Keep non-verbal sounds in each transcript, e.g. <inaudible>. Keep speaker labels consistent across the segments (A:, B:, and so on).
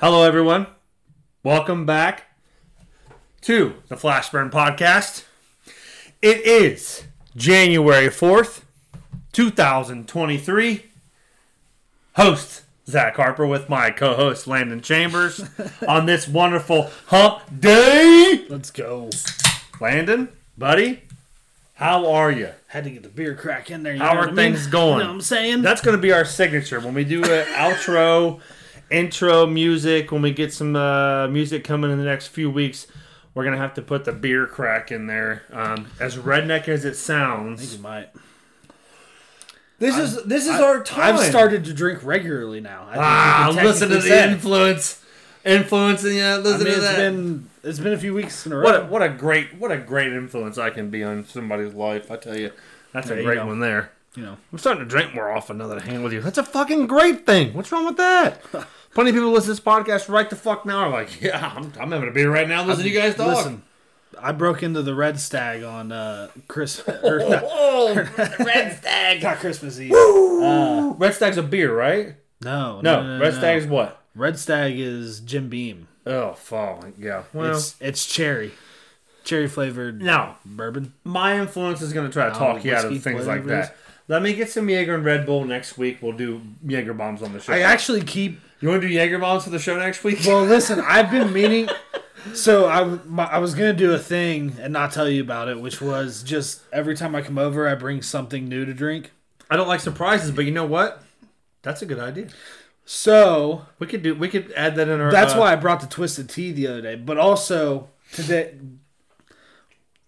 A: Hello, everyone. Welcome back to the Flashburn Podcast. It is January 4th, 2023. Host Zach Harper with my co host Landon Chambers on this wonderful hump day.
B: Let's go.
A: Landon, buddy, how are you?
B: Had to get the beer crack in there. You
A: How
B: know
A: are
B: what I
A: things
B: mean?
A: going?
B: You know what I'm saying?
A: That's going to be our signature when we do
B: <laughs>
A: an outro, intro music. When we get some uh, music coming in the next few weeks, we're going to have to put the beer crack in there. Um, as redneck as it sounds,
B: you might.
C: This is this is our time.
B: I've started to drink regularly now. I think
A: ah,
B: you can
A: listen to the
B: technically say.
A: influence, influence, and yeah,
B: I
A: listen
B: mean,
A: to
B: it's
A: that.
B: been it's been a few weeks in a row.
A: what a, what a great what a great influence I can be on somebody's life. I tell you, that's
B: There
A: a
B: you
A: great
B: go.
A: one there.
B: you know,
A: I'm starting to drink more often now that I hang with you. That's a fucking great thing. What's wrong with <laughs> that? Plenty of people listen to this podcast right the fuck now are like, yeah, I'm, I'm having a beer right now. Listen to you guys talk. <laughs>
B: listen. I broke into the Red Stag on uh, Christmas. <laughs> Or
A: <laughs>
B: not,
A: Oh, Red <laughs> Stag.
B: not Christmas Eve.
A: Uh, Red Stag's a beer, right?
B: No, no,
A: No,
B: no,
A: Red
B: no.
A: Stag is what?
B: Red Stag is Jim Beam.
A: Oh, fall. Yeah. Well,
B: It's it's cherry, cherry flavored
A: now,
B: bourbon.
A: my influence is going to try to talk you out of
B: whiskey,
A: things
B: whatever
A: like
B: it is.
A: that. Let me get some Jaeger and Red Bull next week. We'll do Jaeger bombs on the show.
B: I actually keep
A: you want to do Jaeger bombs for the show next week?
B: Well, listen, I've been meaning. So I, w- my, I was gonna do a thing and not tell you about it, which was just every time I come over, I bring something new to drink.
A: I don't like surprises, but you know what? That's a good idea.
B: So
A: We could do. We could add that in our.
B: that's
A: uh,
B: why I brought the twisted tea the other day. But also today,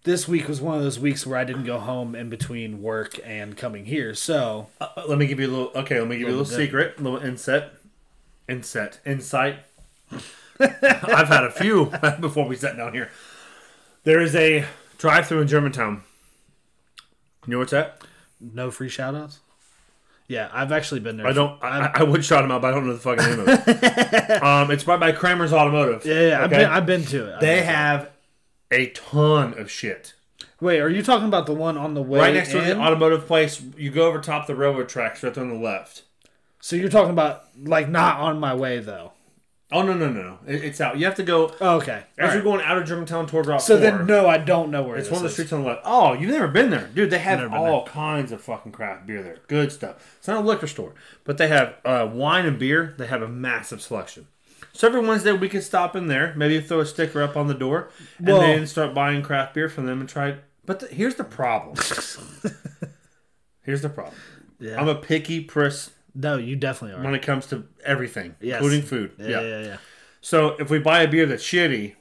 B: this week was one of those weeks where I didn't go home in between work and coming here. So
A: Uh, let me give you a little. Okay, let me give you a little
B: Little bit.
A: secret, little inset, inset,
B: <laughs>
A: insight. I've had a few <laughs> before we sat down here. There is a drive-through in Germantown. You know what's that?
B: no free shout outs. Yeah, I've actually been there.
A: I don't. I, I would shout them out, but I don't know the fucking name of it.
B: <laughs>
A: um, it's right by Kramer's Automotive.
B: Yeah, yeah, I've
A: okay?
B: been. I've been to it. I've
A: they
B: been to it.
A: have a ton of shit.
B: Wait, are you talking about the one on the way?
A: Right next to the
B: in?
A: automotive place, you go over top the railroad tracks, right there on the left.
B: So you're talking about like not on my way though.
A: Oh no no no no! It- it's out. You have to go
B: Oh, Okay.
A: As
B: All
A: you're
B: right.
A: going out of Germantown toward Route
B: So
A: 4,
B: then no, I don't know where
A: it's one
B: this
A: of the
B: is.
A: streets on the left. Oh, you've never been there, dude. They have
B: Never been
A: all kinds of fucking craft beer there. Good stuff. It's not a liquor store, but they have uh, wine and beer. They have a massive selection. So every Wednesday we could stop in there, maybe throw a sticker up on the door, and
B: Well-
A: then start buying craft beer from them and try. it. But the, here's the
B: <laughs>
A: problem. here's the problem.
B: Yeah.
A: I'm a picky priss
B: No, you definitely are.
A: when it comes to everything,
B: Yes.
A: including food.
B: Yeah, yeah, yeah.
A: So if we buy a beer that's shitty,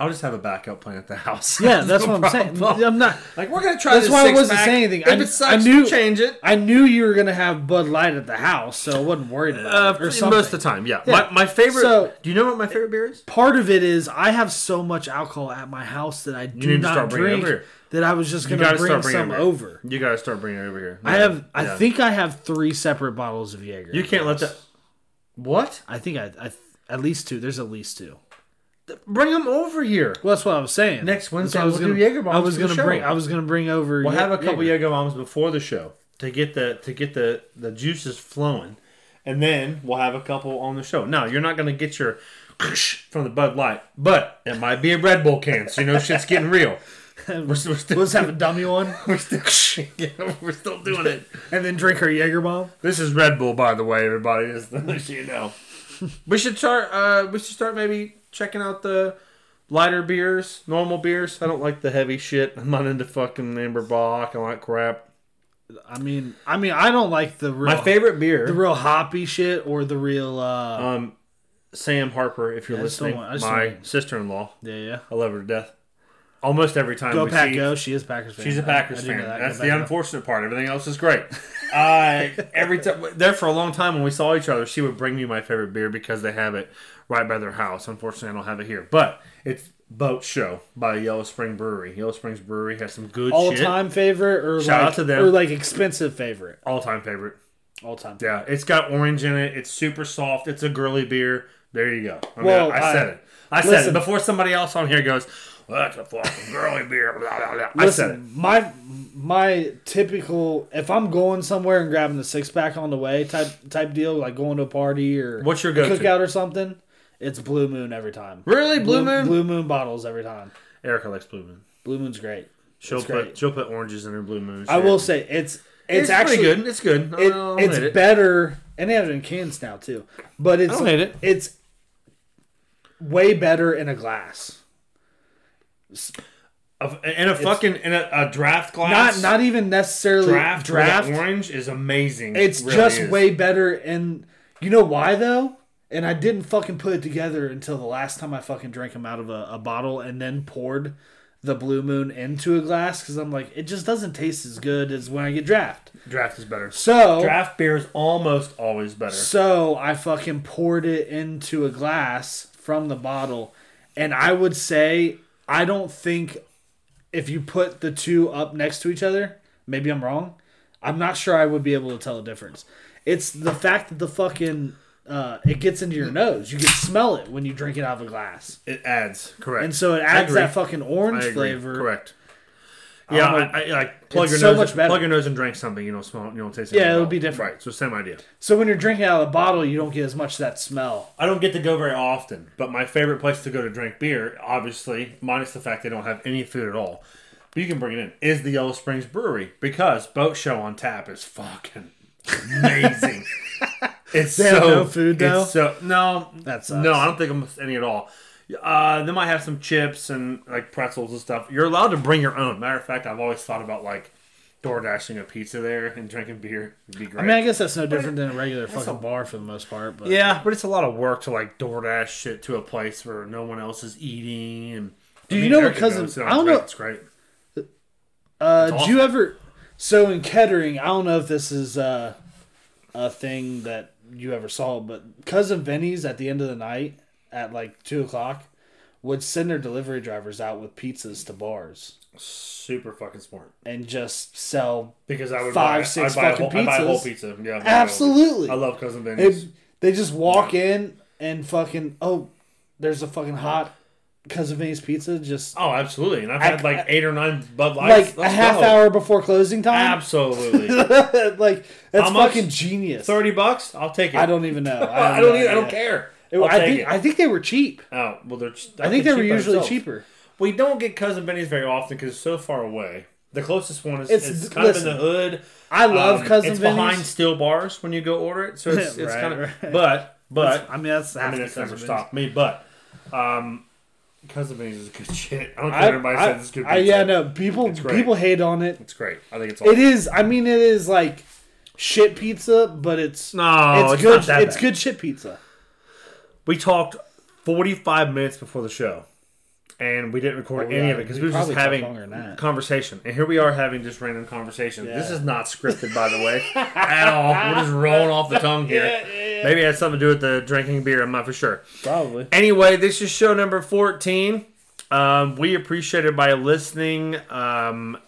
A: I'll just have a backup plan at the house. <laughs>
B: <laughs> Yeah, that's what I'm saying. I'm not
A: Like we're gonna try.
B: That's
A: this
B: why I
A: six
B: wasn't
A: pack.
B: saying anything.
A: If
B: I-
A: it sucks,
B: I knew-
A: we'll change it.
B: I knew you were gonna have Bud Light at the house, so I wasn't worried
A: Uh,
B: about it. Or
A: most
B: something.
A: of the time, yeah. My, my favorite.
B: So-
A: do you know what my favorite beer is?
B: Part of it is I have so much alcohol at my house that I do
A: need to
B: not
A: start bringing it
B: drink
A: over here.
B: that I was just
A: You
B: gonna
A: gotta
B: bring
A: start bringing
B: some
A: it
B: over.
A: You gotta start bringing it over here.
B: I have I
A: Yeah.
B: think I have three separate bottles of Jaeger.
A: you can't let that. What?
B: I think I, I at least two. There's at least two.
A: Bring them over here.
B: Well, that's what I was saying.
A: Next Wednesday,
B: That's what I was
A: we'll
B: gonna,
A: do Jaeger bombs
B: I was
A: for the
B: gonna
A: show.
B: bring. I was gonna bring over.
A: We'll
B: Ja-
A: have a couple
B: <laughs> Jaeger.
A: Jager bombs before the show to get the to get the the juices flowing, and then we'll have a couple on the show. Now you're not gonna get your from the Bud Light, but it might be a Red Bull can, so you know shit's getting real. <laughs> We're, we're still,
B: Let's have a dummy one
A: we're, still, <laughs> yeah, we're still doing it.
B: and then drink our Jaeger bomb.
A: This is Red Bull, by the way, everybody. Just so you know, we should start. Uh, we should start maybe checking out the lighter beers, normal beers. I don't like the heavy shit. I'm not into fucking amber Bach. I like crap.
B: I mean, I mean, I don't like the real,
A: My favorite beer.
B: Oh. the real hoppy shit or the real. uh
A: Um, Sam Harper, if you're
B: I just don't
A: listening,
B: want- I just
A: my
B: don't want-
A: sister-in-law,
B: Yeah, yeah.
A: I love her to death. Almost every time
B: Go
A: we
B: Pack,
A: see,
B: go. She is Packers fan.
A: she's a
B: I-
A: Packers
B: I do know
A: fan.
B: that. Go
A: That's
B: Pack,
A: the
B: go.
A: unfortunate part. Everything else is great.
B: <laughs>
A: uh, every time there for a long time when we saw each other, she would bring me my favorite beer because they have it right by their house. Unfortunately, I don't have it here, but it's Boat Show by Yellow Spring Brewery. Yellow Springs Brewery has some good
B: All
A: shit.
B: time favorite or
A: Shout
B: like,
A: out to them.
B: or like expensive favorite
A: all-time favorite.
B: all time.
A: Yeah, it's got orange in it. It's super soft. It's a girly beer. There you go. I mean,
B: Well,
A: I, I said
B: I-
A: it. I said
B: listen.
A: it before somebody else on here goes. Well, that's a fucking girly beer. Blah, blah, blah. I said it.
B: Listen, my my typical if I'm going somewhere and grabbing the six pack on the way type type deal, like going to a party or
A: What's your
B: a
A: go-to?
B: cookout or something, it's Blue Moon every time.
A: Really? Blue Moon?
B: Blue Moon bottles every time.
A: Erica likes Blue Moon.
B: Blue Moon's great.
A: She'll
B: It's
A: put
B: great.
A: she'll put oranges in her Blue Moon.
B: I
A: shit.
B: will say it's it's,
A: It's,
B: actually
A: actually good. It's good.
B: It,
A: I'll
B: it's
A: admit it.
B: better, and they have it in cans now too. But it's
A: don't hate it.
B: it's way better in a glass.
A: A- in a fucking in a, a draft glass.
B: Not not even necessarily
A: draft
B: draft.
A: draft orange is amazing.
B: It's
A: It really
B: just
A: is.
B: way better, and you know why though. And I didn't fucking put it together until the last time I fucking drank them out of a, a bottle and then poured the Blue Moon into a glass because I'm like, it just doesn't taste as good as when I get draft.
A: draft is better.
B: So
A: Draft beer is almost always better.
B: So I fucking poured it into a glass from the bottle. And I would say, I don't think if you put the two up next to each other, maybe I'm wrong. I'm not sure I would be able to tell a difference. It's the fact that the fucking. Uh, it gets into your nose. You can smell it when you drink it out of a glass,
A: It adds correct,
B: and so it
A: I
B: adds
A: agree.
B: that fucking orange
A: I agree.
B: flavor.
A: Correct. Yeah,
B: like-
A: I, I, like plug
B: it's
A: your
B: so
A: nose.
B: much better.
A: Plug your nose and drink something. You don't smell. it, You don't taste.
B: Yeah,
A: anything
B: it'll
A: at all.
B: be different.
A: Right. So same idea.
B: So when you're drinking out of the bottle, you don't get as much of that smell.
A: I don't get to go very often, but my favorite place to go to drink beer, obviously, minus the fact they don't have any food at all, but you can bring it in, is the Yellow Springs Brewery because Boat Show on tap is fucking
B: <laughs>
A: amazing. it's
B: They
A: so
B: have no food, though?
A: It's so no,
B: That sucks.
A: no, I don't think I'm any at all. Uh, they might have some chips and like pretzels and stuff. You're allowed to bring your own. Matter of fact, I've always thought about like door dashing a pizza there and drinking beer. It'd be great.
B: I mean, I guess that's no different than a regular fucking bar for the most part. But
A: Yeah, but it's a lot of work to like DoorDash shit to a place where no one else is eating. And I
B: Do you
A: mean,
B: know what
A: Erica
B: cousin-
A: goes, "Oh,
B: I don't
A: great,
B: know-
A: It's great.
B: Uh,
A: It's
B: do you
A: awesome.
B: ever? So in Kettering, I don't know if this is uh, a thing that you ever saw, but cousin Vinny's at the end of the night at like two o'clock would send their delivery drivers out with pizzas to bars
A: Super fucking smart.
B: and just sell.
A: Because I would
B: Five,
A: buy,
B: six
A: I'd buy
B: fucking
A: a whole, I'd buy a whole
B: pizzas.
A: pizza. Yeah, I'd buy a whole
B: Absolutely,
A: pizza. I love cousin Vinny's.
B: They, they just walk in and fucking oh, there's a fucking hot cousin Vinny's pizza just
A: oh, absolutely. And I've
B: I-
A: had like eight or nine Bud Lights.
B: like a half hour before closing time.
A: Absolutely.
B: <laughs> like that's
A: How much?
B: fucking genius.
A: Thirty bucks. I'll take it.
B: I don't even
A: <laughs> I
B: know.
A: don't.
B: have no
A: need, I don't
B: idea.
A: care.
B: It-
A: I'll
B: I
A: take
B: think
A: it.
B: I think they were cheap.
A: oh well, they're. Just,
B: I think they were
A: cheap by
B: usually
A: themselves.
B: cheaper.
A: We don't get cousin Benny's very often because it's so far away. The closest one is
B: It's-
A: it's, kind
B: listen,
A: of in the hood.
B: I love
A: Um,
B: cousin
A: It's
B: Vinny's.
A: behind steel bars when you go order it, so <laughs> it's, it's
B: Right,
A: kind of.
B: right.
A: But but
B: I mean, that's
A: I
B: half
A: mean,
B: the
A: it's never
B: Cousin
A: stopped me. But um, cousin Vinny's is good shit. I don't care what
B: Vinny's.
A: everybody
B: I,
A: says it's good.
B: I,
A: pizza.
B: yeah, no. People
A: great.
B: people hate on it.
A: it's great. I think it's. Awesome.
B: It is. I mean, it is like shit pizza, but it's
A: no,
B: it's,
A: it's,
B: good.
A: Not that
B: it's
A: bad.
B: good shit pizza.
A: We talked forty five minutes before the show, and we didn't record
B: Oh,
A: any
B: yeah,
A: of it because
B: we
A: we were just
B: probably
A: having
B: talked longer than that.
A: conversation. And here we are having just random conversation. This
B: Yeah.
A: is not scripted, by the <laughs> way, at all. We're just rolling off the tongue here. Maybe it has something to do with the drinking beer. I'm not for sure.
B: Probably.
A: Anyway, this is show number 14. Um, we appreciate everybody listening, um,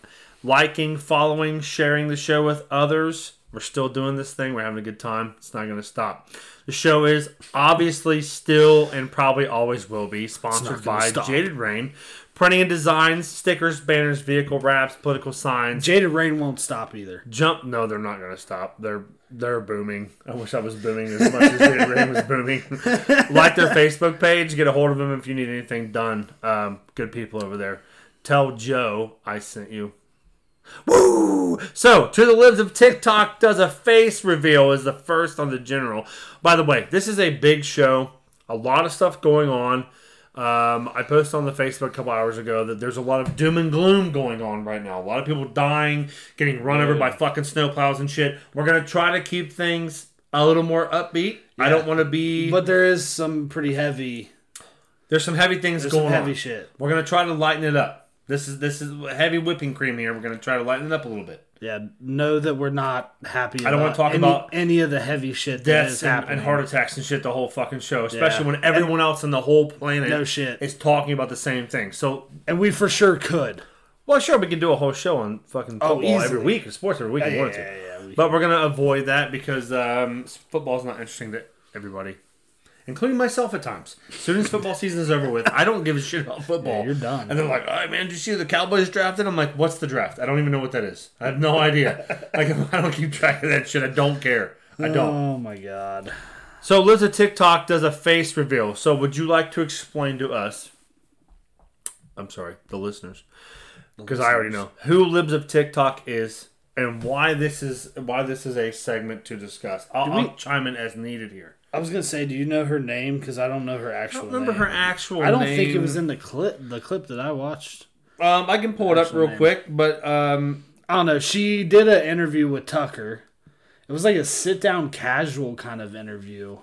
A: liking, following, sharing the show with others. We're still doing this thing. We're having a good time. It's not going to stop. The show is obviously still and probably always will be sponsored
B: gonna
A: by
B: stop.
A: Jaded Rain. Printing and designs, stickers, banners, vehicle wraps, political signs.
B: Jaded Rain won't stop either.
A: Jump! No, they're not going to stop. They're they're booming. I wish I was booming as much as Jada Rain was booming. like their Facebook page. Get a hold of them if you need anything done. Um, good people over there. Tell Joe I sent you. Woo! So, to the lives of TikTok does a face reveal is the first on the general. By the way, this is a big show. A lot of stuff going on. Um, I posted on the Facebook a couple hours ago that there's a lot of doom and gloom going on right now. A lot of people dying, getting run over by fucking snowplows and shit. We're gonna try to keep things a little more upbeat. I don't want to be.
B: But there is some pretty heavy,
A: there's some heavy things
B: there's
A: going
B: some heavy
A: on.
B: shit.
A: We're gonna try to lighten it up. This is this is heavy whipping cream here. We're gonna try to lighten it up a little bit.
B: Yeah, know that we're not happy. I
A: don't wanna talk
B: any,
A: about
B: any of the heavy shit that is
A: deaths and,
B: happening.
A: and heart attacks and shit the whole fucking show, especially when everyone else on the whole planet
B: No shit.
A: is talking about the same thing. So,
B: and we for sure could.
A: well, sure, we can do a whole show on fucking
B: Oh,
A: football every
B: easily.
A: week, sports every week. if we
B: yeah,
A: wanted to.
B: yeah, yeah, we
A: but we're gonna avoid that because um, football's not interesting to everybody. including myself at times. As soon as football season is over with, I don't give a shit about football.
B: Yeah, you're done.
A: And they're like, "All right, man, did you see the Cowboys drafted?" I'm like, "What's the draft? I don't even know what that is. I have no <laughs> idea. like, <laughs> I don't keep track of that shit. I don't care. I don't."
B: Oh my god.
A: So Liza TikTok does a face reveal. So would you like to explain to us? I'm sorry, the listeners, because I already know who Libs of TikTok is and why this is why this is a segment to discuss. I'll, I'll chime in as needed here.
B: I was gonna say, do you know her name? Because I don't know her actual.
A: I don't remember her
B: name.
A: actual.
B: I don't think it was in the clip. The clip that I watched.
A: Um, I can pull it up
B: actual
A: real
B: name.
A: quick, but um,
B: I don't know. She did an interview with Tucker. It was like a sit down, casual kind of interview.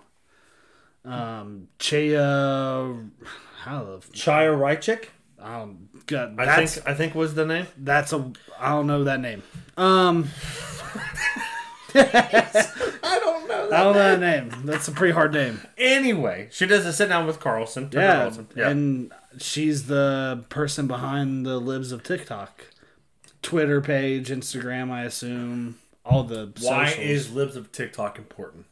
B: Um, Chaya, how the f-
A: Chaya Rychik,
B: I don't God,
A: I
B: that's
A: think I think was the name.
B: that's a I don't know that name. Um,
A: I don't know.
B: I don't know that name. That's a pretty hard name.
A: Anyway, she does a sit down with Carlson. Tucker
B: Yeah,
A: Carlson.
B: and she's the person behind the libs of TikTok, Twitter page, Instagram. I assume all the
A: Why
B: socials.
A: is Libs of TikTok important?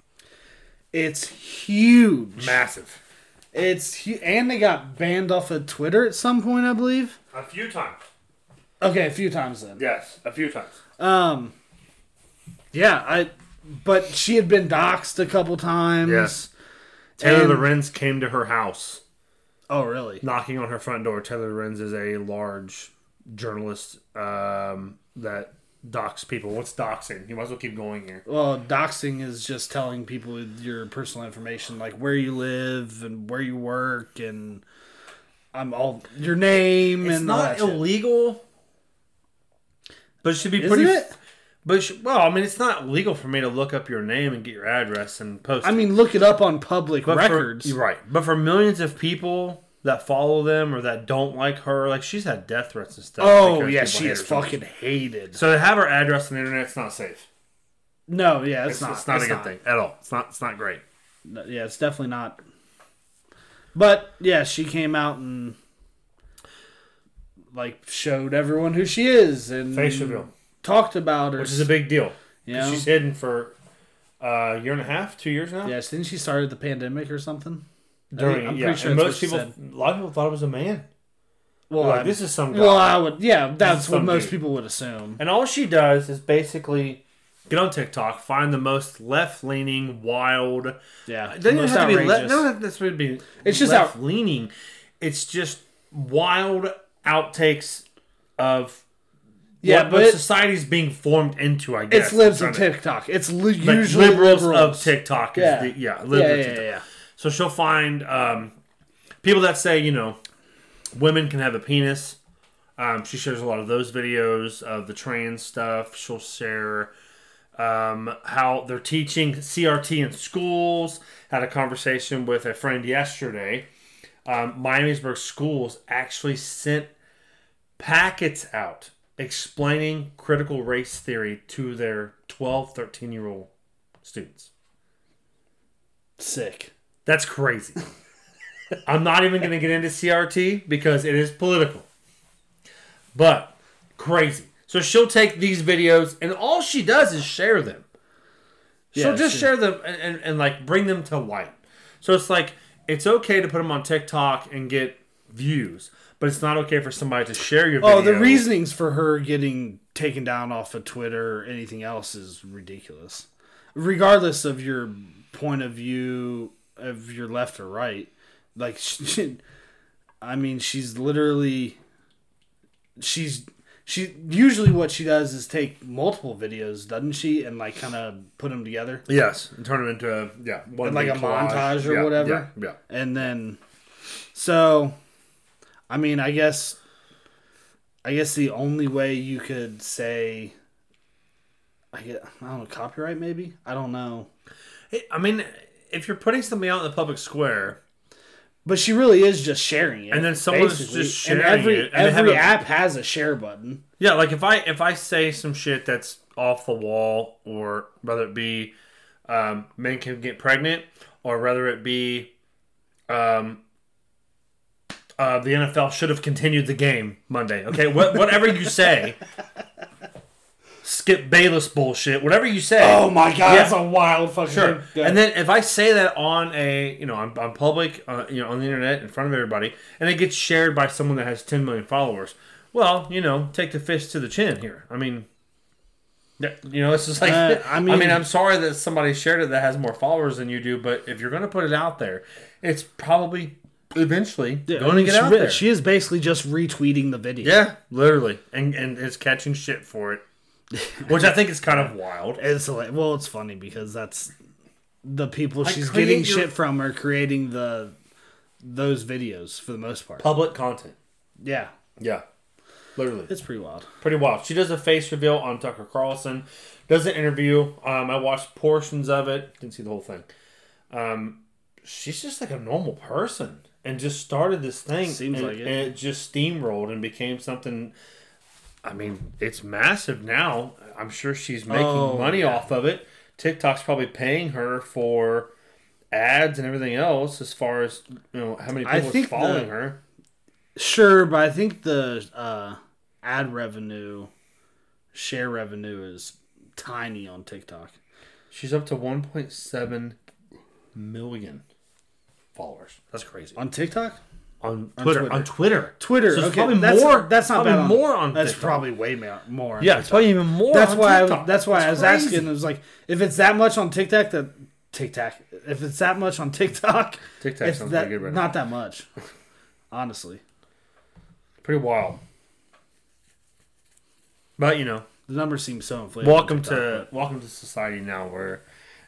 B: it's huge?
A: Massive.
B: It's hu- and they got banned off of Twitter at some point, I believe.
A: A few times.
B: Okay, a few times then.
A: Yes, a few times.
B: Um, yeah, I. But she had been doxxed a couple times.
A: Yes. Taylor
B: And-
A: Lorenz came to her house,
B: Oh, really?
A: knocking on her front door. Taylor Lorenz is a large journalist um, that docs people. What's doxing? You might as well keep going here.
B: Well, doxing is just telling people your personal information, like where you live and where you work, and I'm all your name
A: It's
B: and all that
A: not
B: shit.
A: illegal, but it should be
B: Isn't
A: pretty.
B: it?
A: But it should- well, I mean, it's not legal for me to look up your name and get your address and post.
B: I
A: it.
B: mean, look it up on public
A: But for-
B: records.
A: you're right? But for millions of people that follow them or that don't like her, like she's had death threats and stuff.
B: oh
A: because
B: yeah,
A: people
B: she
A: hate
B: is
A: her so much.
B: fucking hated.
A: So to have her address on the internet's not safe.
B: No, yeah, it's,
A: It's
B: not.
A: not, it's not a good thing at all. It's not. It's not great.
B: No, yeah, it's definitely not. But yeah, she came out and like showed everyone who she is and
A: Face reveal,
B: talked about her.
A: which is a big deal.
B: you know?
A: She's hidden for uh, a year and a half, two years now.
B: yeah, didn't she started the pandemic or something?
A: During
B: I'm
A: yeah,
B: pretty sure
A: and
B: that's
A: most
B: what she
A: people, a lot of people thought it was a man.
B: Well,
A: Like,
B: I-
A: this is some guy.
B: well, I would. Yeah, that's what
A: some
B: most
A: dude.
B: people would assume.
A: and all she does is basically get on TikTok, find the most left-leaning, wild.
B: Yeah,
A: It doesn't even
B: most
A: have to be le-
B: outrageous.
A: no, this would be.
B: It's just out-
A: left-leaning. It's just wild outtakes of
B: yeah,
A: what,
B: but
A: what
B: it-
A: society's being formed into, I guess.
B: it's libs
A: I'm
B: of
A: trying to-
B: TikTok. It's li-
A: Like
B: usually
A: liberals,
B: liberals,
A: of TikTok is
B: Yeah.
A: the yeah, liberals
B: Yeah,
A: of
B: yeah,
A: TikTok.
B: yeah.
A: So she'll find um, people that say, you know, women can have a penis. Um, she shares a lot of those videos of the trans stuff. She'll share um, how they're teaching CRT in schools. Had a conversation with a friend yesterday. Um, Miamisburg schools actually sent packets out explaining critical race theory to their 12, 13 year old students.
B: Sick.
A: That's crazy. I'm not even going to get into CRT because it is political. But crazy. So she'll take these videos and all she does is share them. She'll
B: Yeah,
A: just
B: she-
A: share them and, and, and like bring them to light. So it's like it's okay to put them on TikTok and get views, but it's not okay for somebody to share your video.
B: Oh, the reasonings for her getting taken down off of Twitter or anything else is ridiculous. Regardless of your point of view, of your left or right, like, <laughs> she, I mean, she's literally, she's she usually what she does is take multiple videos, doesn't she, and like kind of put them together,
A: Yes, and turn them into a, yeah, one
B: like a
A: big collage.
B: montage or
A: Yeah,
B: whatever,
A: Yeah, yeah.
B: and then, so, I mean, I guess I guess the only way you could say, I get, I don't know, copyright maybe. I don't know,
A: Hey, I mean, if you're putting something out in the public square,
B: but she really is just sharing it,
A: And then someone's
B: basically.
A: just
B: And
A: sharing
B: every,
A: it, and they
B: every
A: have a-
B: app has a share button.
A: Yeah, like if I if I say some shit that's off the wall, or whether it be um, men can get pregnant, or whether it be um, uh, the NFL should have continued the game Monday. Okay, what, whatever you say, s- <laughs> Skip Bayless bullshit, whatever you say.
C: Oh my god.
B: That's a wild fucking
A: Sure.
B: thing. Yeah.
A: And then if I say that on a, you know, on, on public, uh, you know, on the internet in front of everybody, and it gets shared by someone that has 10 million followers, well, you know, take the fist to the chin here. I mean, that- you know, it's just like
B: Uh,
A: <laughs>
B: I
A: I mean, I
B: mean-
A: mean, I'm sorry that somebody shared it that has more followers than you do, but if you're going to put it out there, it's probably eventually
B: Yeah,
A: going
B: I mean,
A: to get
B: she,
A: out
B: re-
A: there.
B: she is basically just retweeting the video.
A: yeah, literally, and and is catching shit for it, which I think is kind of wild.
B: It's like, well, it's funny because that's the people she's
A: create
B: getting
A: your-
B: shit from are creating the those videos for the most part.
A: Public content.
B: Yeah,
A: Yeah, literally.
B: it's pretty wild.
A: pretty wild. She does a face reveal on Tucker Carlson, does an interview. Um, I watched portions of it, didn't see the whole thing. Um, she's just like a normal person and just started this thing.
B: Seems
A: and,
B: like it.
A: And it just steamrolled and became something. I mean, it's massive now. I'm sure she's making
B: Oh,
A: money
B: yeah.
A: off of it. TikTok's probably paying her for ads and everything else as far as you know how many
B: I
A: people are
B: think
A: following
B: the-
A: her.
B: Sure, but I think the uh, ad revenue, share revenue is tiny on TikTok.
A: She's up to 1.7 million followers. That's crazy.
B: On TikTok,
A: On
B: Twitter.
A: On Twitter.
B: Twitter.
A: So it's
B: okay,
A: probably
B: that's,
A: more.
B: That's not
A: probably
B: bad. on-
A: more on.
B: That's
A: TikTok.
B: probably way ma- more. on
A: Yeah, it's probably even more.
B: That's
A: on
B: why. I,
A: TikTok.
B: that's why I was
A: crazy.
B: asking. It was like, if it's that much on TikTok, that TikTok. If it's that much on TikTok,
A: TikTok
B: it's
A: sounds
B: that,
A: pretty good right
B: not that much. <laughs> Honestly,
A: Pretty wild. But you know,
B: the numbers seem so inflated. on
A: welcome
B: TikTok.
A: to welcome to society now, where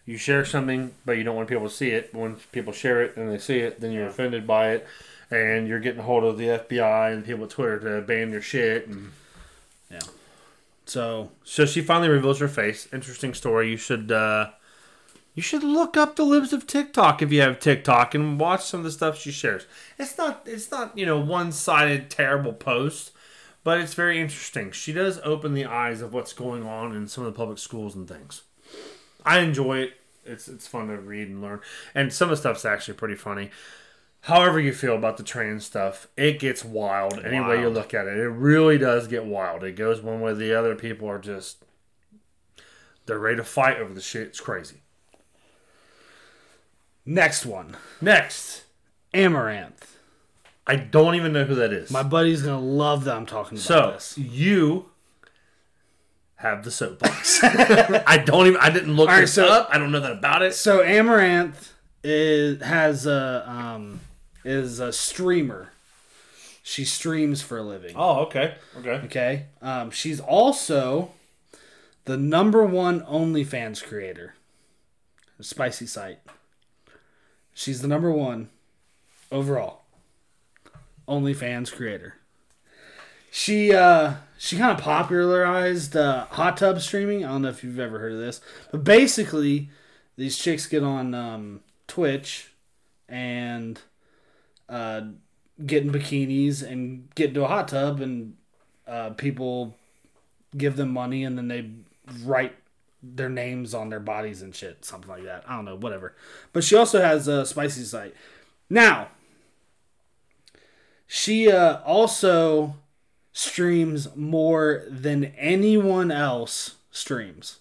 A: you share something, but you don't want people to see it. When people share it and they see it, then you're offended by it, and you're getting a hold of the FBI and people at Twitter to ban your shit. And
B: So
A: So she finally reveals her face. Interesting story. You should uh, you should look up the libs of TikTok if you have TikTok and watch some of the stuff she shares. It's not it's not you know one sided terrible post, but it's very interesting. She does open the eyes of what's going on in some of the public schools and things. I enjoy it. It's it's fun to read and learn, and some of the stuff's actually pretty funny. However you feel about the trans stuff, it gets wild any way you
B: Wild.
A: look at it. It really does get wild. It goes one way or the other. People are just they're ready to fight over the shit. It's crazy.
B: next one,
A: Next,
B: Amaranth.
A: I don't even know who that is.
B: My buddy's gonna love that I'm talking about
A: so
B: this.
A: you have the soapbox. <laughs> I don't even. I didn't look
B: right,
A: this
B: so-
A: up. I don't know that about it.
B: So Amaranth is has a um is a streamer. She streams for a living.
A: Oh, okay, okay.
B: Okay. Um, she's also the number one OnlyFans creator. Spicy site. She's the number one overall OnlyFans creator. She uh she kind of popularized uh, hot tub streaming. I don't know if you've ever heard of this, but basically, these chicks get on um, Twitch and uh, get in bikinis and get into a hot tub and uh, people give them money and then they write their names on their bodies and shit, something like that. I don't know, whatever. But she also has a spicy site. Now, she uh, also streams more than anyone else streams.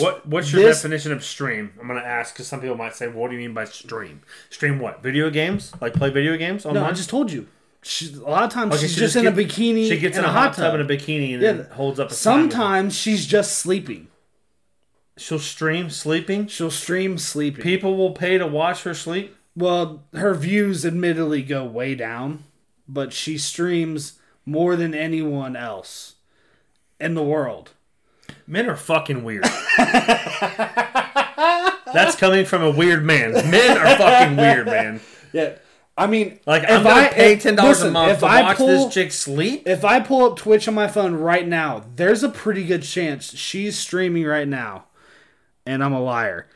A: What What's your
B: This-
A: definition of stream? I'm gonna ask because some people might say, "What do you mean by stream? Stream what? Video games? Like play video games
B: No,
A: online?"
B: I just told you. She, a lot of times
A: Okay,
B: she's
A: she
B: just, in a
A: get-
B: bikini.
A: She gets
B: and
A: in a hot tub and a bikini and then
B: Yeah,
A: holds up. a sign with-
B: Sometimes she's just sleeping.
A: she'll stream sleeping.
B: She'll stream sleeping.
A: People will pay to watch her sleep.
B: Well, her views admittedly go way down, but she streams more than anyone else in the world.
A: Men are fucking
B: <laughs>
A: weird. That's coming from a weird man. Men are fucking weird, man.
B: Yeah. I mean,
A: Like I'm gonna pay
B: if-
A: ten dollars a
B: listen,
A: month
B: if
A: to
B: I
A: watch
B: pull-
A: this chick sleep.
B: If I pull up Twitch on my phone right now, there's a pretty good chance she's streaming right now, and I'm a liar.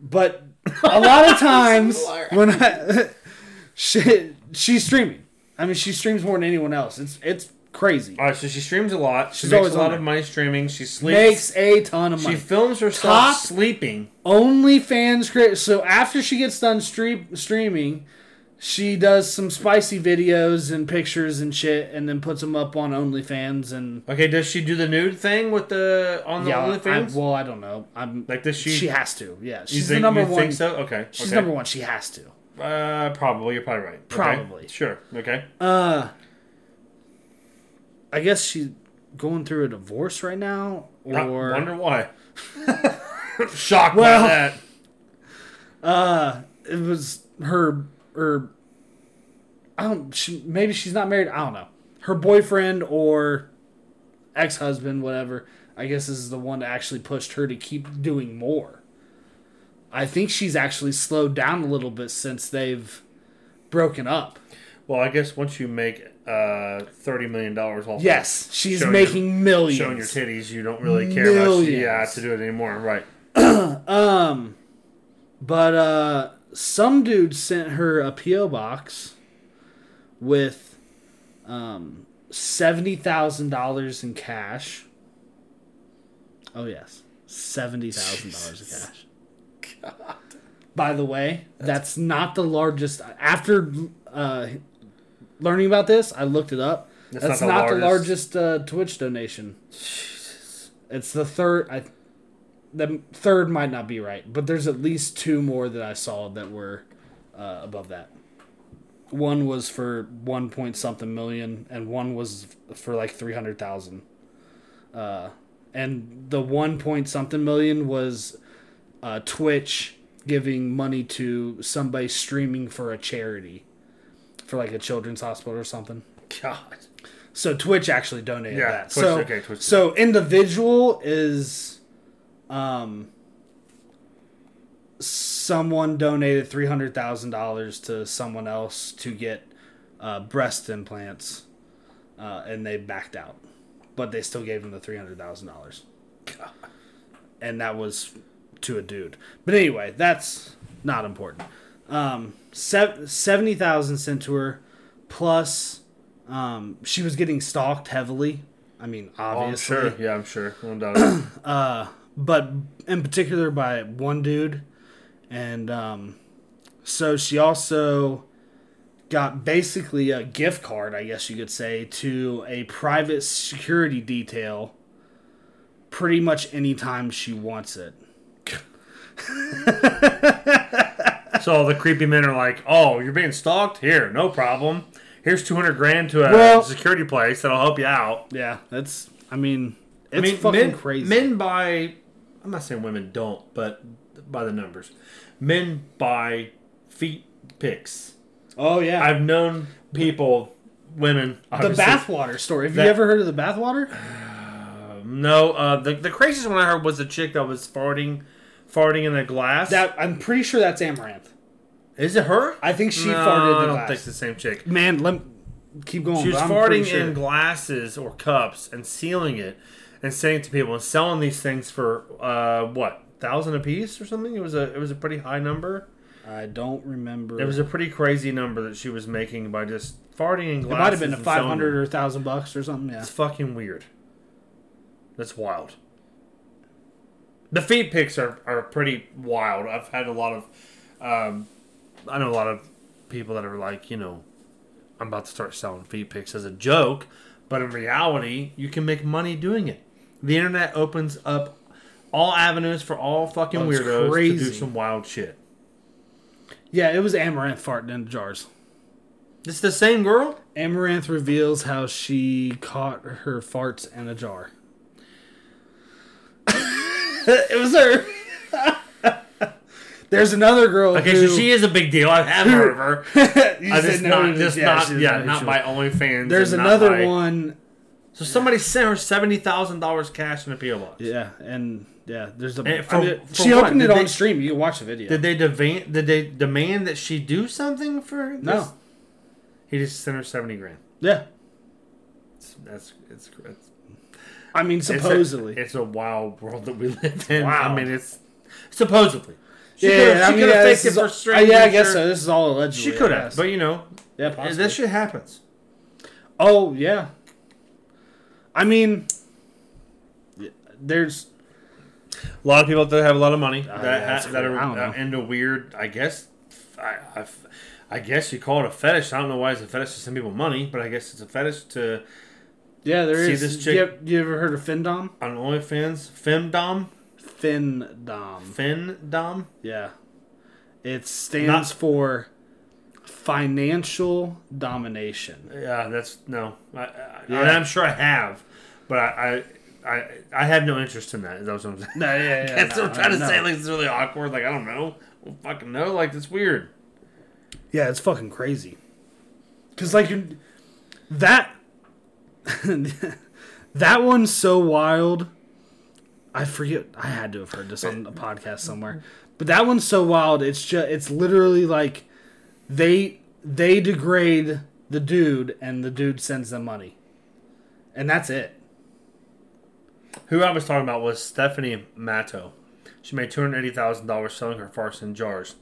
B: But a lot of times when I, <laughs> she, she's streaming. I mean, she streams more than anyone else. It's it's crazy.
A: All right, so she streams a lot. She
B: She's
A: makes
B: always
A: a lot
B: on
A: of
B: it.
A: money streaming. She sleeps.
B: Makes a ton of money.
A: she films herself
B: Top-
A: sleeping.
B: OnlyFans create so after she gets done stream streaming, She does some spicy videos and pictures and shit, and then puts them up on OnlyFans and
A: Okay, does she do the nude thing with the on the
B: yeah. I,
A: OnlyFans?
B: well, I don't know. I'm
A: like does she?
B: she, has to. Yeah,
A: you
B: she's
A: think-
B: the number
A: you
B: one.
A: Think so? Okay.
B: She's
A: okay.
B: number one. She has to.
A: Uh, probably. You're probably right. Okay.
B: Probably.
A: Sure. Okay.
B: Uh, I guess she's going through a divorce right now,
A: I
B: or
A: wonder why. <laughs> Shocked
B: Well-
A: by that.
B: uh, it was her or I don't. She, maybe she's not married. I don't know. Her boyfriend or ex husband, whatever. I guess is the one that actually pushed her to keep doing more. I think she's actually slowed down a little bit since they've broken up.
A: Well, I guess once you make uh thirty million dollars off,
B: Yes, she's
A: Showing your-
B: making millions.
A: showing your titties, you don't really care
B: Millions.
A: much. Yeah, to do it anymore, right?
B: Um, but uh, some dude sent her a PO box with um seventy thousand dollars in cash. Oh yes, seventy thousand dollars in cash. God. By the way, that's not the largest. After uh, learning about this, I looked it up.
A: That's
B: That's,
A: not the
B: not, the
A: largest.
B: largest, uh, Twitch donation. It's the third. I, the third might not be right, but there's at least two more that I saw that were uh, above that. One was for one point something million, and one was for like three hundred thousand. Uh, and the one point something million was uh, Twitch giving money to somebody streaming for a charity, for like a children's hospital or something.
A: God.
B: So Twitch actually donated
A: Yeah,
B: that.
A: Twitch-
B: so
A: okay, Twitch did.
B: so individual is, um, someone donated three hundred thousand dollars to someone else to get uh, breast implants, uh, and they backed out, but they still gave him the three hundred thousand dollars, and that was to a dude. But anyway, that's not important. Um, sev- seventy thousand sent to her, plus um, she was getting stalked heavily. I mean,
A: Oh, I'm
B: obviously,
A: sure. Yeah, I'm sure. No doubt. <coughs>
B: but in particular by one dude. And um, so she also got basically a gift card, I guess you could say, to a private security detail pretty much anytime she wants it.
A: so the creepy men are like, "Oh, you're being stalked? Here, no problem. Here's two hundred grand to a
B: Well-
A: security place that'll help you out."
B: Yeah, that's, I mean, it's
A: I mean,
B: fucking
A: men,
B: crazy.
A: Men buy. I'm not saying women don't, but by the numbers, men buy feet pics.
B: oh, yeah.
A: I've known people, women.
B: the
A: Obviously,
B: bathwater story. Have
A: That-
B: you ever heard of the bathwater?
A: No, uh, the the craziest one I heard was the chick that was farting, farting in a glass.
B: That I'm pretty sure that's Amaranth.
A: is it her?
B: I think she
A: no,
B: farted in
A: I
B: the
A: don't
B: glass.
A: think it's the same chick.
B: Man, let keep going.
A: She was
B: but I'm pretty
A: farting
B: sure.
A: in glasses or cups and sealing it and sending it to people and selling these things for uh, what thousand a piece or something. It was a it was a pretty high number.
B: I don't remember.
A: It was a pretty crazy number that she was making by just farting in glasses.
B: It might have been a
A: and selling
B: five hundred
A: them.
B: or a thousand bucks or something. Yeah.
A: It's fucking weird. That's wild. The feet pics are, are pretty wild. I've had a lot of, um, I know a lot of people that are like, you know, I'm about to start selling feet pics as a joke, but in reality, you can make money doing it. The internet opens up all avenues for all fucking
B: Oh, it's
A: weirdos to do
B: crazy.
A: some wild shit.
B: Yeah, it was Amaranth farting in jars.
A: It's the same girl.
B: Amaranth reveals how she caught her farts in a jar. <laughs> it was her. <laughs> There's another girl.
A: Okay,
B: who,
A: so
B: <laughs>
A: she is a big deal. I have heard of her.
B: You
A: I
B: said
A: just
B: no to
A: not,
B: this.
A: just
B: Yeah,
A: not,
B: she's
A: yeah,
B: not
A: not
B: sure.
A: by OnlyFans.
B: There's
A: and not
B: another
A: by-
B: one.
A: So somebody sent her seventy thousand dollars cash in a PO box.
B: Yeah, and yeah, there's a.
A: And
B: I
A: for-
B: mean,
A: for
B: she
A: what?
B: opened it
A: Did
B: on
A: they-
B: stream. You can watch the video.
A: Did they demand? Did they demand that she do something for? This?
B: no.
A: He just sent her seventy grand.
B: Yeah.
A: It's- That's it's it's
B: I mean,
A: it's a-
B: supposedly.
A: it's a, wild world that we live in.
B: <laughs> Wow.
A: I mean, it's supposedly. She
B: yeah,
A: could've-
B: yeah, I
A: she
B: mean,
A: could have
B: yeah,
A: faked
B: this
A: it
B: is
A: for
B: all-
A: straight.
B: uh, yeah, I guess
A: sure.
B: so. This is all allegedly.
A: She could
B: I
A: have,
B: guess.
A: but you know,
B: yeah, possibly.
A: that shit happens.
B: oh yeah. I mean, there's
A: A lot of people that uh, have a lot of money that
B: Oh, yeah, that's
A: ha- that
B: crazy.
A: are
B: I don't
A: uh,
B: know.
A: into weird. I guess I, I, I guess you call it a fetish. I don't know why it's a fetish to send people money, but I guess it's a fetish to
B: Yeah, there
A: See
B: is.
A: this chick-
B: you, ever, you ever heard of Findom?
A: on OnlyFans. Femdom,
B: Findom.
A: Fendom.
B: Yeah. It stands for financial domination.
A: Yeah, that's no. I, I,
B: Yeah.
A: and I'm sure I have, but I, I, I, I have no interest in that. That was what I'm saying.
B: No, <laughs> yeah, yeah.
A: <laughs> That's
B: no,
A: what I'm trying to
B: no.
A: say. Like it's really awkward. Like I don't know. I don't fucking know. Like it's weird.
B: Yeah, it's fucking crazy. Cause like you, that <laughs> that one's so wild. I forget. I had to have heard this on a podcast somewhere, but that one's so wild. It's just it's literally like they they degrade the dude, and the dude sends them money, and that's it.
A: Who I was talking about was Stephanie Matto. She made two hundred eighty thousand dollars selling her farts in jars.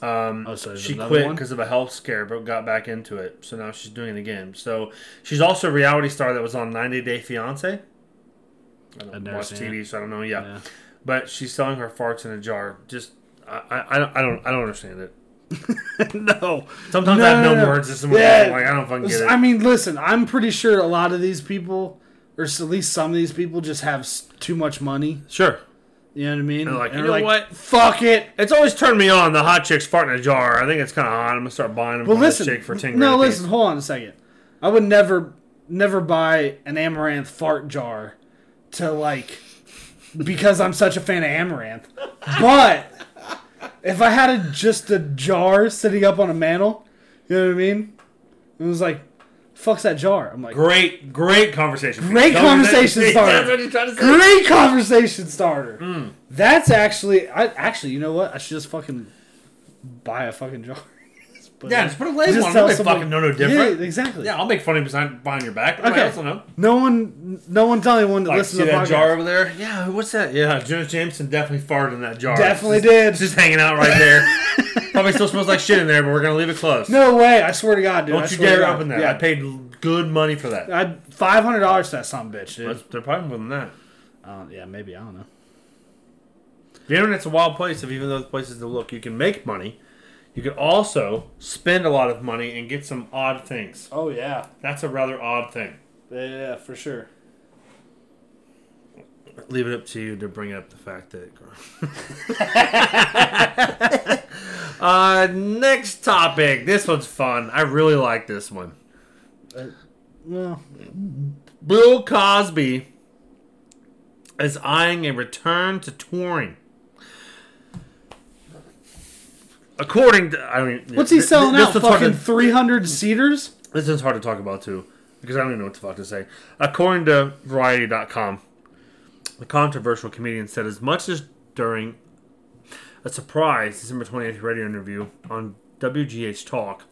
B: Oh, so there's
A: Mm. She
B: another
A: quit
B: one?
A: because of a health scare, but got back into it. So now she's doing it again. So she's also a reality star that was on 90 Day Fiance. I
B: I've
A: don't
B: never
A: watch
B: seen
A: TV, so I don't know. Yeah.
B: Yeah.
A: but she's selling her farts in a jar. Just I, I, I don't- I don't, I don't understand it.
B: <laughs> no.
A: Sometimes
B: No,
A: I have no,
B: no, no.
A: words. This is what
B: Yeah.
A: I'm like I don't fucking get it.
B: I mean, listen, I'm pretty sure a lot of these people, or s- at least some of these people, just have s- too much money.
A: sure,
B: You know what I mean?
A: They're like,
B: And
A: "You
B: they're
A: know what?
B: Fuck it.
A: it's always turned me on. The hot chicks fart in a jar. I think it's kind of hot. I'm gonna start buying them.
B: Well,
A: from this
B: listen.
A: chick for ten.
B: no,
A: grand a piece.
B: listen. Hold on a second. I would never, never buy an amaranth fart jar to like because I'm such a fan of amaranth. But if I had a, just a jar sitting up on a mantle, you know what I mean? It was like, fuck's that jar? I'm like,
A: Great, great conversation.
B: Great
A: Tell me that- <laughs>
B: conversation
A: See,
B: starter.
A: That's what you're trying to say.
B: Great conversation starter.
A: Hmm.
B: That's actually, I actually, you know what? I should just fucking buy a fucking jar. Just put
A: Yeah,
B: it-
A: just put a label
B: just
A: on it. <laughs>
B: tell
A: They
B: someone-
A: fucking know no different.
B: Yeah, exactly.
A: Yeah, I'll make fun of you behind behind your back. But okay.
B: Okay.
A: I also know.
B: No one, no one tell anyone that
A: Like,
B: listens
A: see
B: to the
A: that
B: podcast.
A: jar over there? Yeah, what's that? Yeah, Jonas Jameson definitely farted in that jar.
B: Definitely
A: It's just-
B: did.
A: It's just hanging out right there. <laughs> Probably still smells like shit in there, but we're gonna leave it closed.
B: No way! I swear to God, dude. I
A: Don't you
B: swear to
A: dare
B: God.
A: open that. I
B: Yeah,
A: paid l- good money for that.
B: I five hundred dollars to that some bitch, dude.
A: That's- They're probably more than that.
B: Uh, yeah, maybe I don't know.
A: The internet's a wild place. If even though the places to look, you can make money. You can also spend a lot of money and get some odd things.
B: Oh yeah,
A: That's a rather odd thing.
B: yeah, for sure.
A: leave it up to you to bring up the fact that.
B: <laughs>
A: <laughs> uh, next topic. This one's fun. I really like this one.
B: Well,
A: Bill Cosby is eyeing a return to touring. According to, I mean,
B: what's he
A: th-
B: selling
A: th-
B: out?
A: one's hard
B: Fucking
A: to-
B: three hundred seaters.
A: this is hard to talk about too, because I don't even know what the fuck to say. According to Variety.com, the controversial comedian said as much as during a surprise December 28th radio interview on WGH Talk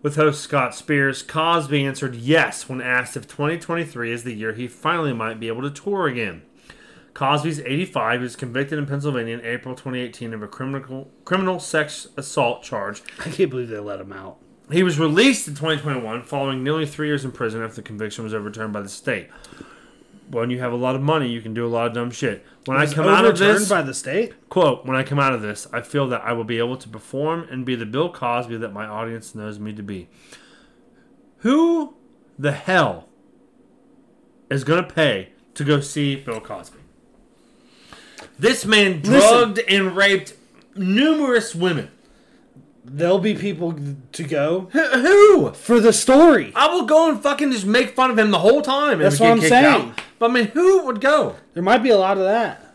A: with host Scott Spears, Cosby answered yes when asked if 2023 is the year he finally might be able to tour again. Cosby's 85 was convicted in Pennsylvania in April 2018 of a criminal criminal sex assault charge
B: I can't believe they let him out.
A: he was released in 2021 following nearly three years in prison after the conviction was overturned by the state. When you have a lot of money, you can do a lot of dumb shit. When I
B: Was
A: come out of
B: overturned
A: this,
B: by the state.
A: quote, when I come out of this, I feel that I will be able to perform and be the Bill Cosby that my audience knows me to be. Who the hell is going to pay to go see Bill Cosby? This man drugged and raped numerous women.
B: There'll be people to go
A: Who?
B: for the story.
A: I will go and fucking just make fun of him the whole time. And
B: That's
A: get
B: what I'm
A: kicked
B: saying.
A: Out. But I mean, who would go?
B: There might be a lot of that.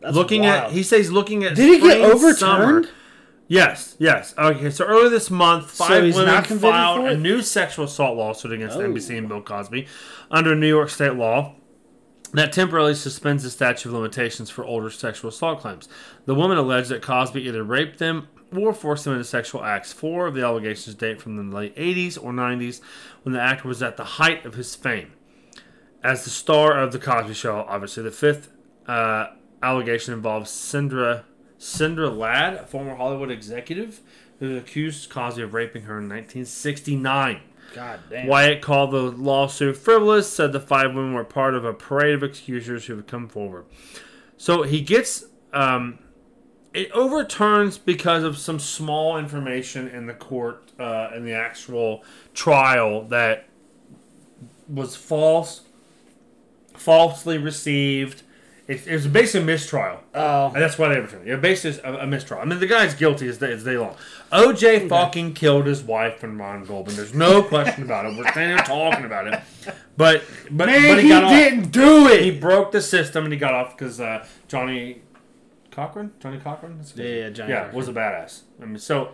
B: That's
A: looking at,
B: wild.
A: he says, looking at.
B: Did he get
A: spring,
B: overturned?
A: summer. Yes, yes. Okay, so earlier this month, five
B: he's
A: women
B: not convicted
A: filed
B: for
A: a
B: it?
A: new sexual assault lawsuit against
B: Oh.
A: NBC and Bill Cosby under New York state law that temporarily suspends the statute of limitations for older sexual assault claims. The women alleged that Cosby either raped them or forced them into sexual acts. Four of the allegations date from the late 80s or 90s when the actor was at the height of his fame. As the star of The Cosby Show, obviously, the fifth uh, allegation involves Sindra, Sindra Ladd, a former Hollywood executive who accused Cosby of raping her in 1969.
B: God damn.
A: Wyatt called the lawsuit frivolous, said the five women were part of a parade of excusers who have come forward. So he gets um, it overturns because of some small information in the court uh, in the actual trial that was false, falsely received. It, it was basically a mistrial.
B: Oh.
A: And that's why they overturned it. It basically is a, a mistrial. I mean, the guy's guilty as day, as day long. OJ fucking killed his wife and Ron Goldman. There's no question about it. We're standing here talking about it. But but,
B: Man,
A: but
B: he,
A: got off.
B: didn't do
A: He
B: it.
A: broke the system and he got off because uh, Johnny Cochran, Johnny Cochran, That's his
B: Yeah,
A: name?
B: yeah, Johnny Cochran.
A: was a badass. I mean, so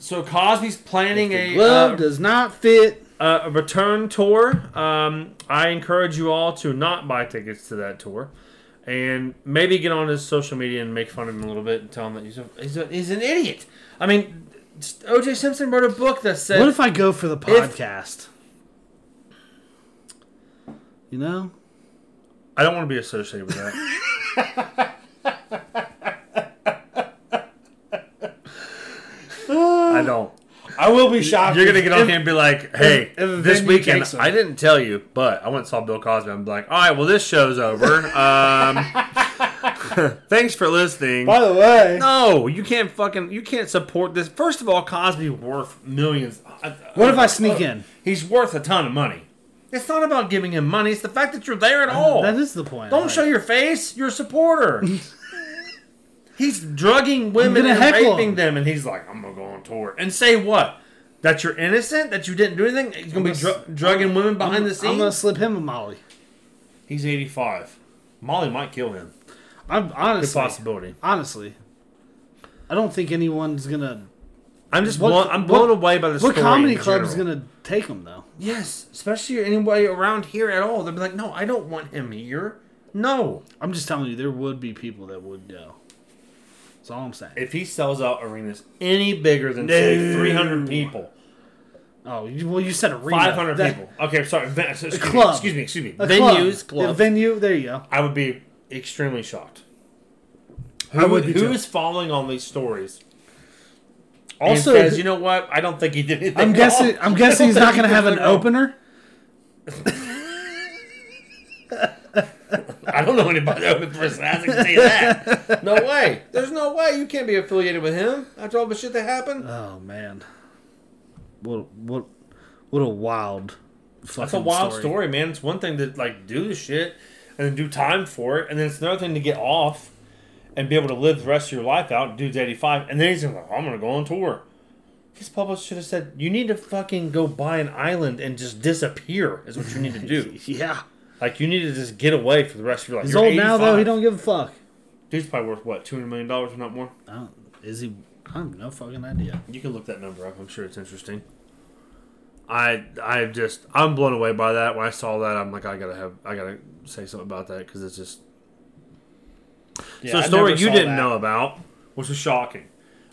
A: so Cosby's planning a
B: Glove
A: uh,
B: does not fit.
A: uh, a return tour. Um, I encourage you all to not buy tickets to that tour, and maybe get on his social media and make fun of him a little bit and tell him that he's a, he's, a, he's an idiot. I mean, O.J. Simpson wrote a book that said,
B: What if I go for the podcast? you know,
A: "I don't want to be associated with
B: <laughs>
A: that." I don't.
C: I will be shocked.
A: You're gonna
C: if-
A: get on
C: if-
A: here and be like, "Hey,
B: if a
A: this
B: venue
A: weekend
B: takes 'em."
A: I didn't tell you, but I went and saw Bill Cosby." I'm like, "All right, well, this show's over.
B: <laughs>
A: Um, <laughs> thanks for listening."
C: By the way,
A: no, you can't fucking you can't support this. First of all, Cosby worth millions. I- I-
B: what if I sneak in?
A: He's worth a ton of money. It's not about giving him money. It's the fact that you're there at all.
B: Uh, That is the point.
A: Don't
B: Like,
A: show your face. You're a
B: <laughs>
A: supporter. he's drugging women
B: gonna
A: and
B: heckle
A: raping
B: him.
A: them, and he's like, "I'm gonna go on tour and say what? That you're innocent? That you didn't do anything? He's gonna
B: I'm
A: be
B: gonna
A: dru- drugging women behind
B: I'm,
A: the scenes.
B: I'm gonna slip him a Molly.
A: He's 85. Molly might kill him.
B: I'm
A: Good
B: honestly,
A: possibility.
B: honestly, I don't think anyone's gonna.
A: I'm just
B: What-
A: blown, I'm
B: what-
A: blown away by the
B: What
A: story
B: comedy
A: in
B: club is
A: general.
B: gonna take him though?
A: Yes, especially anybody around here at all. They'll be like, "No, I don't want him here. No."
B: I'm just telling you, there would be people that would go. That's all I'm saying.
A: If he sells out arenas any bigger than say
B: No.
A: 300 people,
B: oh, you, well, you said arena.
A: 500
B: That-
A: people. Okay, sorry. ven- Excuse, me,
B: club.
A: excuse me. Excuse me.
B: a
A: Venues,
B: club.
A: club.
B: A venue. There you go.
A: I would be extremely shocked.
B: I would be
A: Who
B: too.
A: is following on these stories? Also,
B: Also-
A: says, you know what? I don't think he did anything.
B: I'm guessing.
A: wrong."
B: <laughs> I'm guessing he's
A: I don't
B: not
A: think <laughs>
B: gonna
A: he
B: have
A: did
B: an
A: anything
B: opener.
A: wrong. I don't know anybody that open person that can say that. <laughs> No way. There's no way you can't be affiliated with him after all the shit that happened.
B: Oh man, what what what a wild.
A: That's a wild story. man. It's one thing to like do the shit and then do time for it, and then it's another thing to get off and be able to live the rest of your life out. Dude's eighty five, and then he's gonna be like, I'm gonna go on tour. His publisher should have said, "You need to fucking go buy an island and just disappear." Is what you need to
B: <laughs>
A: do.
B: Yeah,
A: like you need to just get away for the rest of your life.
B: he's
A: You're
B: old now though. He
A: 85.
B: don't give a fuck.
A: Dude's probably worth what two hundred million dollars, if not more.
B: I don't, is he? I have no fucking idea.
A: You can look that number up. I'm sure it's interesting. I I just I'm blown away by that. When I saw that, I'm like, I gotta have I gotta say something about that because it's just so a story you didn't know about, which was shocking.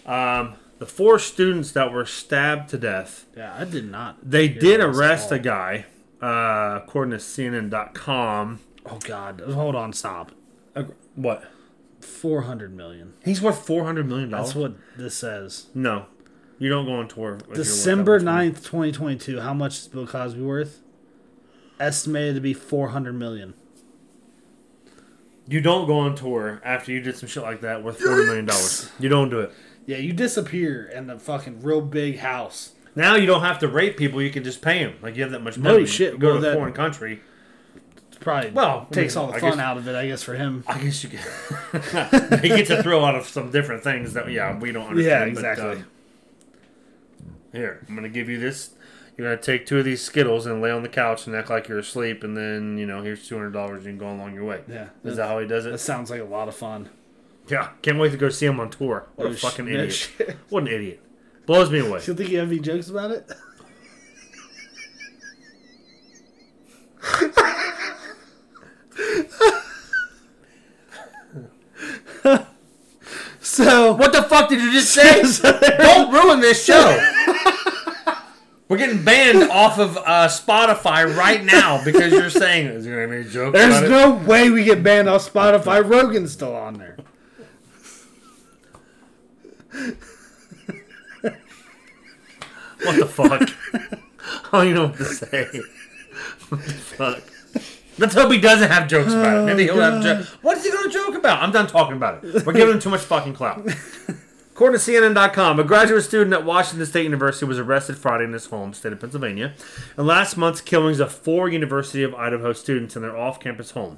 A: Um, the four students that were stabbed to death.
B: Yeah, I did not.
A: They
B: hear
A: did
B: about this at
A: arrest
B: all.
A: a guy, uh, according to CNN.com.
B: Oh God! Hold on, stop.
A: What?
B: Four hundred million.
A: He's worth four hundred million
B: That's
A: dollars.
B: what this says.
A: No, you don't go on tour. if you're worth that
B: December
A: much money.
B: 9th, twenty twenty two. How much is Bill Cosby worth? Estimated to be four hundred million.
A: You don't go on tour after you did some shit like that worth forty million dollars. You don't do it.
B: Yeah, you disappear in the fucking real big house.
A: Now you don't have to rape people. You can just pay them. Like you have that much
B: No
A: money.
B: shit,
A: You go
B: well,
A: to a
B: that-
A: foreign country.
B: Probably
A: Well,
B: well
A: I
B: takes
A: mean,
B: all the
A: I
B: fun
A: guess-
B: out of it, I guess, for him.
A: I guess you can. <laughs> they get to throw out of some different things that yeah we don't understand.
B: Yeah,
A: but,
B: exactly.
A: um, here, I'm gonna give you this. You're gonna take two of these Skittles and lay on the couch and act like you're asleep, and then you know here's two hundred dollars. You can go along your way.
B: Yeah.
A: is that how he does
B: That
A: it?
B: sounds like a lot of fun.
A: Yeah, can't wait to go see him on tour. What a
B: No sh-
A: fucking
B: no
A: idiot!
B: shit.
A: What an idiot! Blows me away.
B: Do you think you have any jokes about it? <laughs> so
A: What the fuck did you just <laughs> say? Don't ruin this show. <laughs> We're getting banned off of uh, Spotify right now because you're saying is there gonna be a joke? about
B: there's
A: it?"
B: no way we get banned off Spotify. Rogan's still on there.
A: <laughs> What the fuck? I don't even know what to say. What the fuck? Let's hope he doesn't have jokes about it. Maybe he'll have jokes. What is he going to joke about? I'm done talking about it. We're giving him too much fucking clout. According to CNN.com, a graduate student at Washington State University was arrested Friday in his home state of Pennsylvania in last month's killings of four University of Idaho students in their off campus home.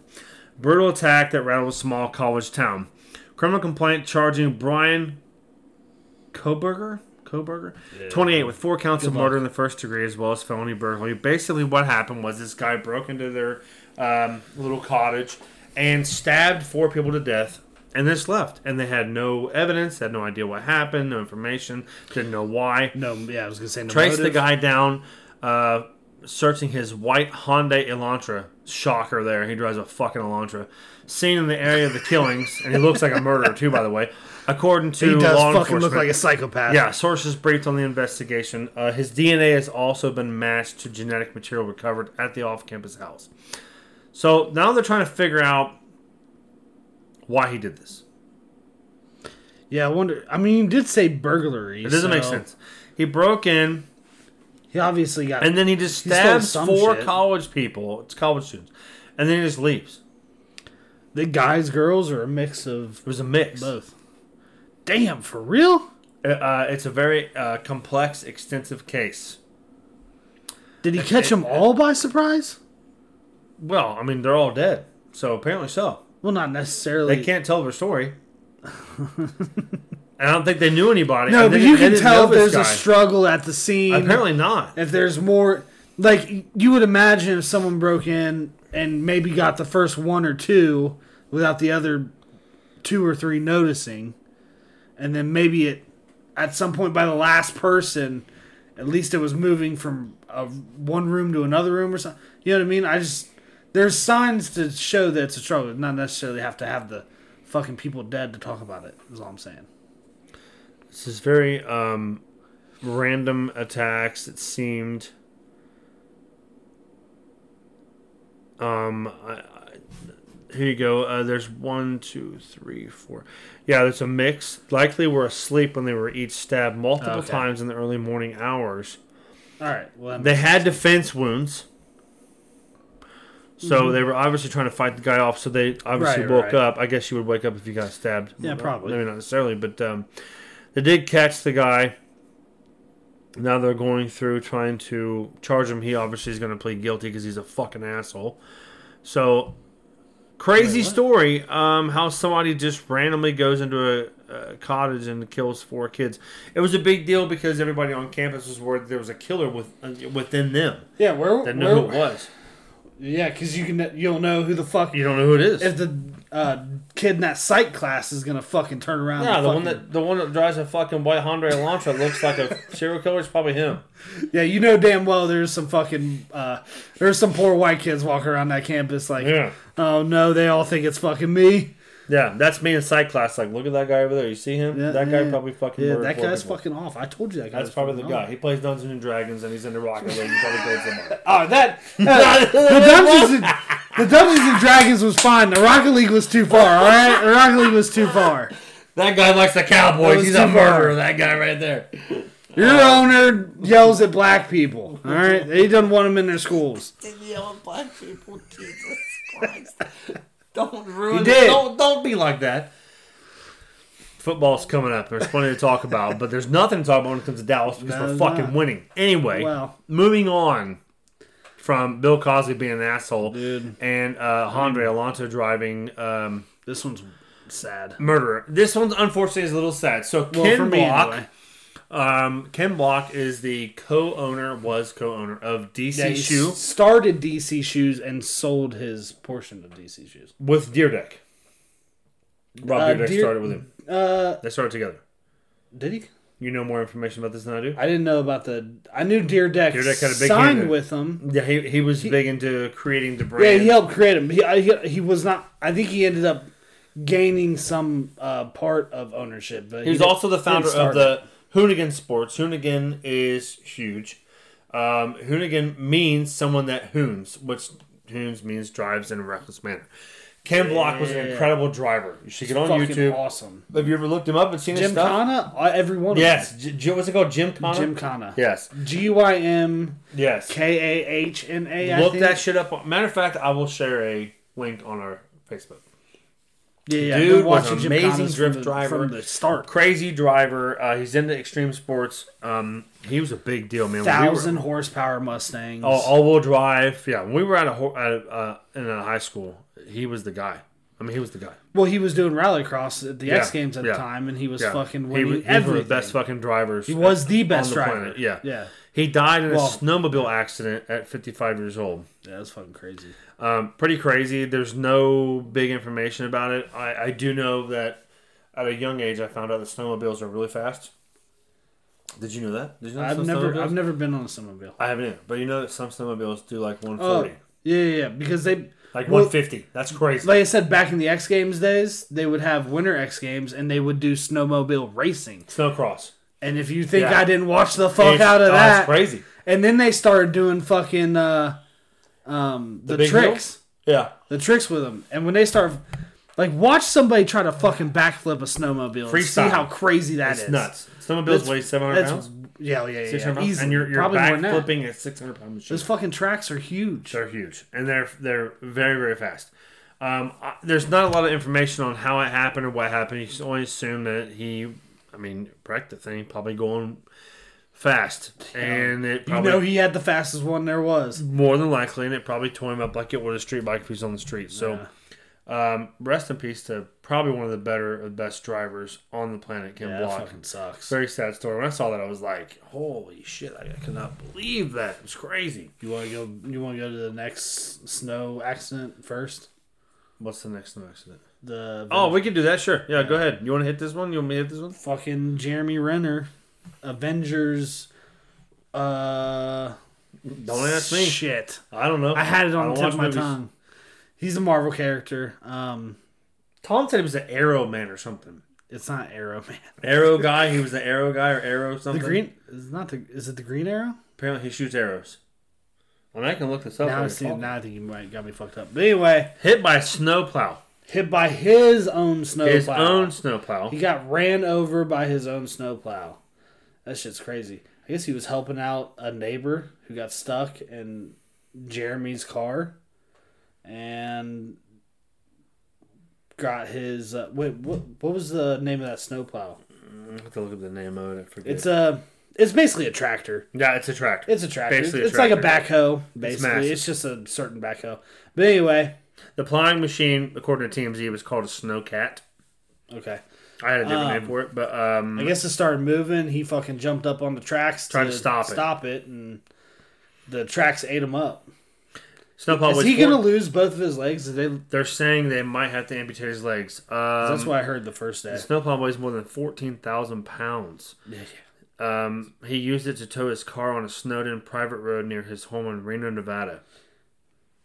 A: Brutal attack that rattled a small college town. Criminal complaint charging Brian Koberger, Koberger, 28, with four counts of murder in the first degree as well as felony burglary. Basically, what happened was this guy broke into their um, little cottage and stabbed four people to death and then just left. And they had no evidence, had no idea what happened, no information, didn't know why.
B: No, yeah, I was gonna say no
A: Traced the
B: motive.
A: guy down, uh, searching his white Hyundai Elantra. Shocker there. He drives a fucking Elantra. Seen in the area of the killings, and he looks like a murderer, too, by the way. According to
B: He does
A: law
B: fucking
A: enforcement.
B: look like a psychopath.
A: Yeah, sources briefed on the investigation. Uh, his DNA has also been matched to genetic material recovered at the off campus house. So now they're trying to figure out why he did this.
B: yeah. I wonder. I mean, you did say burglary.
A: It doesn't make sense. He broke in
B: He obviously got.
A: and then he just
B: He stole
A: stabs
B: some
A: four
B: shit.
A: college people. It's college students. And then he just leaves.
B: the guys, girls, or a mix of
A: It was a mix.
B: both. Damn, for real?
A: Uh, it's a very uh, complex, extensive case.
B: Did he catch them all by surprise?
A: Well, I mean, they're all dead. So apparently so.
B: Well, not necessarily.
A: They can't tell their
B: <laughs>
A: story. I don't think they knew anybody.
B: No,
A: And
B: but
A: they
B: you
A: didn't- they
B: can
A: didn't know
B: tell if
A: this
B: there's a
A: guy.
B: struggle at the scene.
A: Apparently not.
B: if there's more, like you would imagine, if someone broke in and maybe got the first one or two without the other two or three noticing, and then maybe it at some point by the last person, at least it was moving from a, one room to another room or something. You know what I mean? I just there's signs to show that it's a struggle. Not necessarily have to have the fucking people dead to talk about it. Is all I'm saying.
A: This is very um, random attacks. It seemed. Um, I, I, here you go. Uh, there's one, two, three, four. Yeah, there's a mix. Likely were asleep when they were each stabbed multiple
B: Okay.
A: times in the early morning hours.
B: All right. Well, that
A: They had defense wounds. So they were obviously trying to fight the guy off. So they obviously
B: Mm-hmm. Right,
A: woke
B: right.
A: up. I guess you would wake up if you got stabbed.
B: Yeah,
A: Well,
B: probably.
A: Maybe not necessarily, but um, they did catch the guy. Now they're going through trying to charge him. He obviously is going to plead guilty because he's a fucking asshole. So crazy
B: Wait, what?
A: story. Um, how somebody just randomly goes into a, a cottage and kills four kids. It was a big deal because everybody on campus was worried there was a killer with uh, within them.
B: yeah. Where?
A: They
B: where-
A: know who it was.
B: Yeah, because you can you'll know who the fuck
A: You don't know who it is.
B: if the uh, kid in that psych class is gonna fucking turn around.
A: yeah,
B: and
A: the one
B: fucking-
A: that the one that drives a fucking white Hyundai Elantra looks like <laughs> a serial killer. It's probably him.
B: yeah, you know damn well there's some fucking uh, there's some poor white kids walking around that campus like,
A: Yeah.
B: oh no, they all think it's fucking me.
A: Yeah, that's me in psych class. Like, look at that guy over there. You see him?
B: Yeah,
A: that guy
B: yeah.
A: probably fucking.
B: Yeah,
A: murdered
B: that
A: four
B: guy's
A: people.
B: fucking off. I told you that guy.
A: That's
B: was
A: probably the
B: fucking
A: guy.
B: off.
A: He plays Dungeons and Dragons and he's in the Rocket League. He probably
B: <laughs>
A: goes somewhere. <laughs>
B: Oh, that uh, the Dungeons and, the Dungeons and Dragons was fine. The Rocket League was too far. All right, the Rocket League was too far.
A: That guy likes the Cowboys.
B: was
A: He's a
B: too far.
A: murderer. That guy right there.
B: Your
A: Uh,
B: owner yells at black people. All right, he doesn't want them in their schools.
D: and yell at black people. Jesus Christ! Don't ruin.
A: He
D: it.
A: did.
D: Don't don't be.
A: be like that. Football's coming up. There's plenty to talk about, but there's nothing to talk about when it comes to Dallas because
B: No,
A: we're
B: there's
A: fucking
B: not.
A: winning. Anyway,
B: Wow.
A: moving on from Bill Cosby being an asshole
B: Dude.
A: and uh, Andre Alonso driving um,
B: This one's sad.
A: murderer. This one's unfortunately is a little sad. So Ken
B: Well, for me,
A: Block,
B: anyway.
A: um, Ken Block is the co-owner, was co-owner of DC
B: Yeah, he
A: Shoe
B: s- started DC Shoes and sold his portion of DC Shoes.
A: with Deer Deck. Rob
B: Uh,
A: Deer Deck
B: Deer-
A: started with him.
B: Uh,
A: They started together.
B: did he?
A: You know more information about this than I do.
B: I didn't know about the. I knew Deer Deck,
A: Dear Deck had a big hand in
B: signed
A: it.
B: with him.
A: Yeah, he, he was big into creating the
B: Yeah,
A: brand.
B: he helped create him. He, I, he he was not. I think he ended up gaining some uh, part of ownership. But
A: he was
B: did-
A: also the
B: didn't
A: founder of
B: start it.
A: the Hoonigan Sports. Hoonigan is huge. Um, Hoonigan means someone that hoons, which hoons means drives in a reckless manner. Ken Block was an incredible driver. You should get on
B: Fucking
A: YouTube.
B: awesome.
A: Have you ever looked him up and seen his
B: Jim
A: stuff?
B: Kana, uh, every one of
A: Yes. J- J- what's it called? Jim Connor?
B: them. Jim Kana.
A: Yes.
B: G Y M
A: Yes.
B: K A H N A. I
A: Look
B: think.
A: that shit up. Matter of fact, I will share a link on our Facebook.
B: Yeah, yeah.
A: Dude
B: I've been
A: was
B: watching
A: an
B: Jim
A: amazing
B: Kana's
A: drift
B: from the,
A: driver.
B: from the start.
A: Crazy driver. Uh, he's into extreme sports. Um, he was a big deal, man. When we were- Oh,
B: Thousand horsepower Mustangs.
A: all, all-wheel drive. Yeah, when we were at a ho- at, a- uh, in a high school, he was the guy. I mean, he was the guy.
B: Well, he was doing rallycross at the X
A: Yeah,
B: Games at
A: yeah,
B: the time, and he was
A: Yeah.
B: fucking
A: he
B: winning
A: was, he was
B: everything.
A: one of the best fucking drivers.
B: He was the best
A: the
B: driver.
A: planet, yeah.
B: yeah,
A: He died in a
B: Well-
A: snowmobile accident at 55 years old.
B: yeah. That's fucking crazy.
A: Um, pretty crazy. There's no big information about it. I, I do know that at a young age, I found out that snowmobiles are really fast. Did you know that? Did you know
B: I've
A: some
B: never,
A: snowmobiles-
B: I've never been on a snowmobile.
A: I haven't, either, but you know that some snowmobiles do like
B: Oh,
A: 140,
B: yeah, yeah, yeah. Because they,
A: like
B: well-
A: 150. That's crazy.
B: like I said, back in the X Games days, they would have Winter X Games, and they would do snowmobile racing.
A: Snowcross.
B: And if you think
A: Yeah.
B: I didn't watch the fuck
A: It's-
B: out of
A: oh,
B: that,
A: That's crazy.
B: and then they started doing fucking uh, um, the,
A: big
B: tricks,
A: Yeah.
B: the tricks with them. And when they start, like, watch somebody try to fucking backflip a snowmobile. and See
A: Freestyle.
B: how crazy that is.
A: It's nuts. Snowmobiles
B: That's-
A: weigh 700
B: That's
A: pounds.
B: yeah, yeah, yeah.
A: 600
B: yeah.
A: pounds.
B: Easily.
A: And you're, you're
B: Probably more
A: back
B: than that.
A: flipping at 600 pound machine.
B: Those fucking tracks are huge.
A: They're huge, and they're they're very very fast. Um, I, there's not a lot of information on how it happened or what happened. You can only assume that he, I mean, wrecked the thing, probably going fast, and it
B: You
A: probably
B: know he had the fastest one there was.
A: more than likely, and it probably tore him up like it would a street bike if he's on the street. So, um, rest in peace to probably one of the better, the best drivers on the planet, Ken
B: Yeah, that
A: Block.
B: fucking sucks.
A: Very sad story. When I saw that, I was like, "Holy shit! I cannot believe that. It's crazy."
B: You want to go? You want to go to the next snow accident first?
A: What's the next snow accident?
B: The
A: Oh, we can do that. Sure. Yeah, go ahead. You want to hit this one? You want me to hit this one?
B: fucking Jeremy Renner, Avengers. Uh,
A: Don't ask me.
B: Shit,
A: I don't know.
B: I had it on
A: don't
B: the tip
A: watch
B: of my
A: movies.
B: tongue. He's a Marvel character. Um,
A: Tom said he was an Arrow man or something.
B: it's not Arrow <laughs> Man.
A: <laughs> Arrow guy. He was the Arrow guy or Arrow
B: The
A: something.
B: green is not the. Is it the Green Arrow?
A: Apparently, he shoots arrows. Well, I can look this up.
B: Now
A: while
B: I
A: you're
B: see.
A: talking.
B: Now I think you might got me fucked up. But anyway,
A: Hit by a snowplow.
B: hit by his own snowplow.
A: His own snowplow.
B: He got ran over by his own snowplow. That shit's crazy. I guess he was helping out a neighbor who got stuck in Jeremy's car, and got his. Uh, wait, what? What was the name of that snowplow?
A: I have to look up the name of it. I forget.
B: It's a. It's basically a tractor.
A: yeah, it's a tractor.
B: It's a tractor.
A: Basically a
B: it's like a
A: tractor.
B: backhoe. Basically,
A: massive.
B: it's, just a certain backhoe. But anyway,
A: the plowing machine, according to TMZ, was called a snowcat.
B: okay.
A: I had a different
B: Um,
A: name for it, but um,
B: I guess it started moving. He fucking jumped up on the tracks,
A: Tried to stop it.
B: stop it, and the tracks ate him up.
A: snowplow.
B: Is
A: was
B: he
A: Oh, four-
B: gonna lose both of his legs? Did they,
A: They're saying they might have to amputate his legs. Um,
B: that's what I heard the first day.
A: The snowplow weighs more than 14,000 pounds. Um, he used it to tow his car on a snowed-in private road near his home in Reno, Nevada.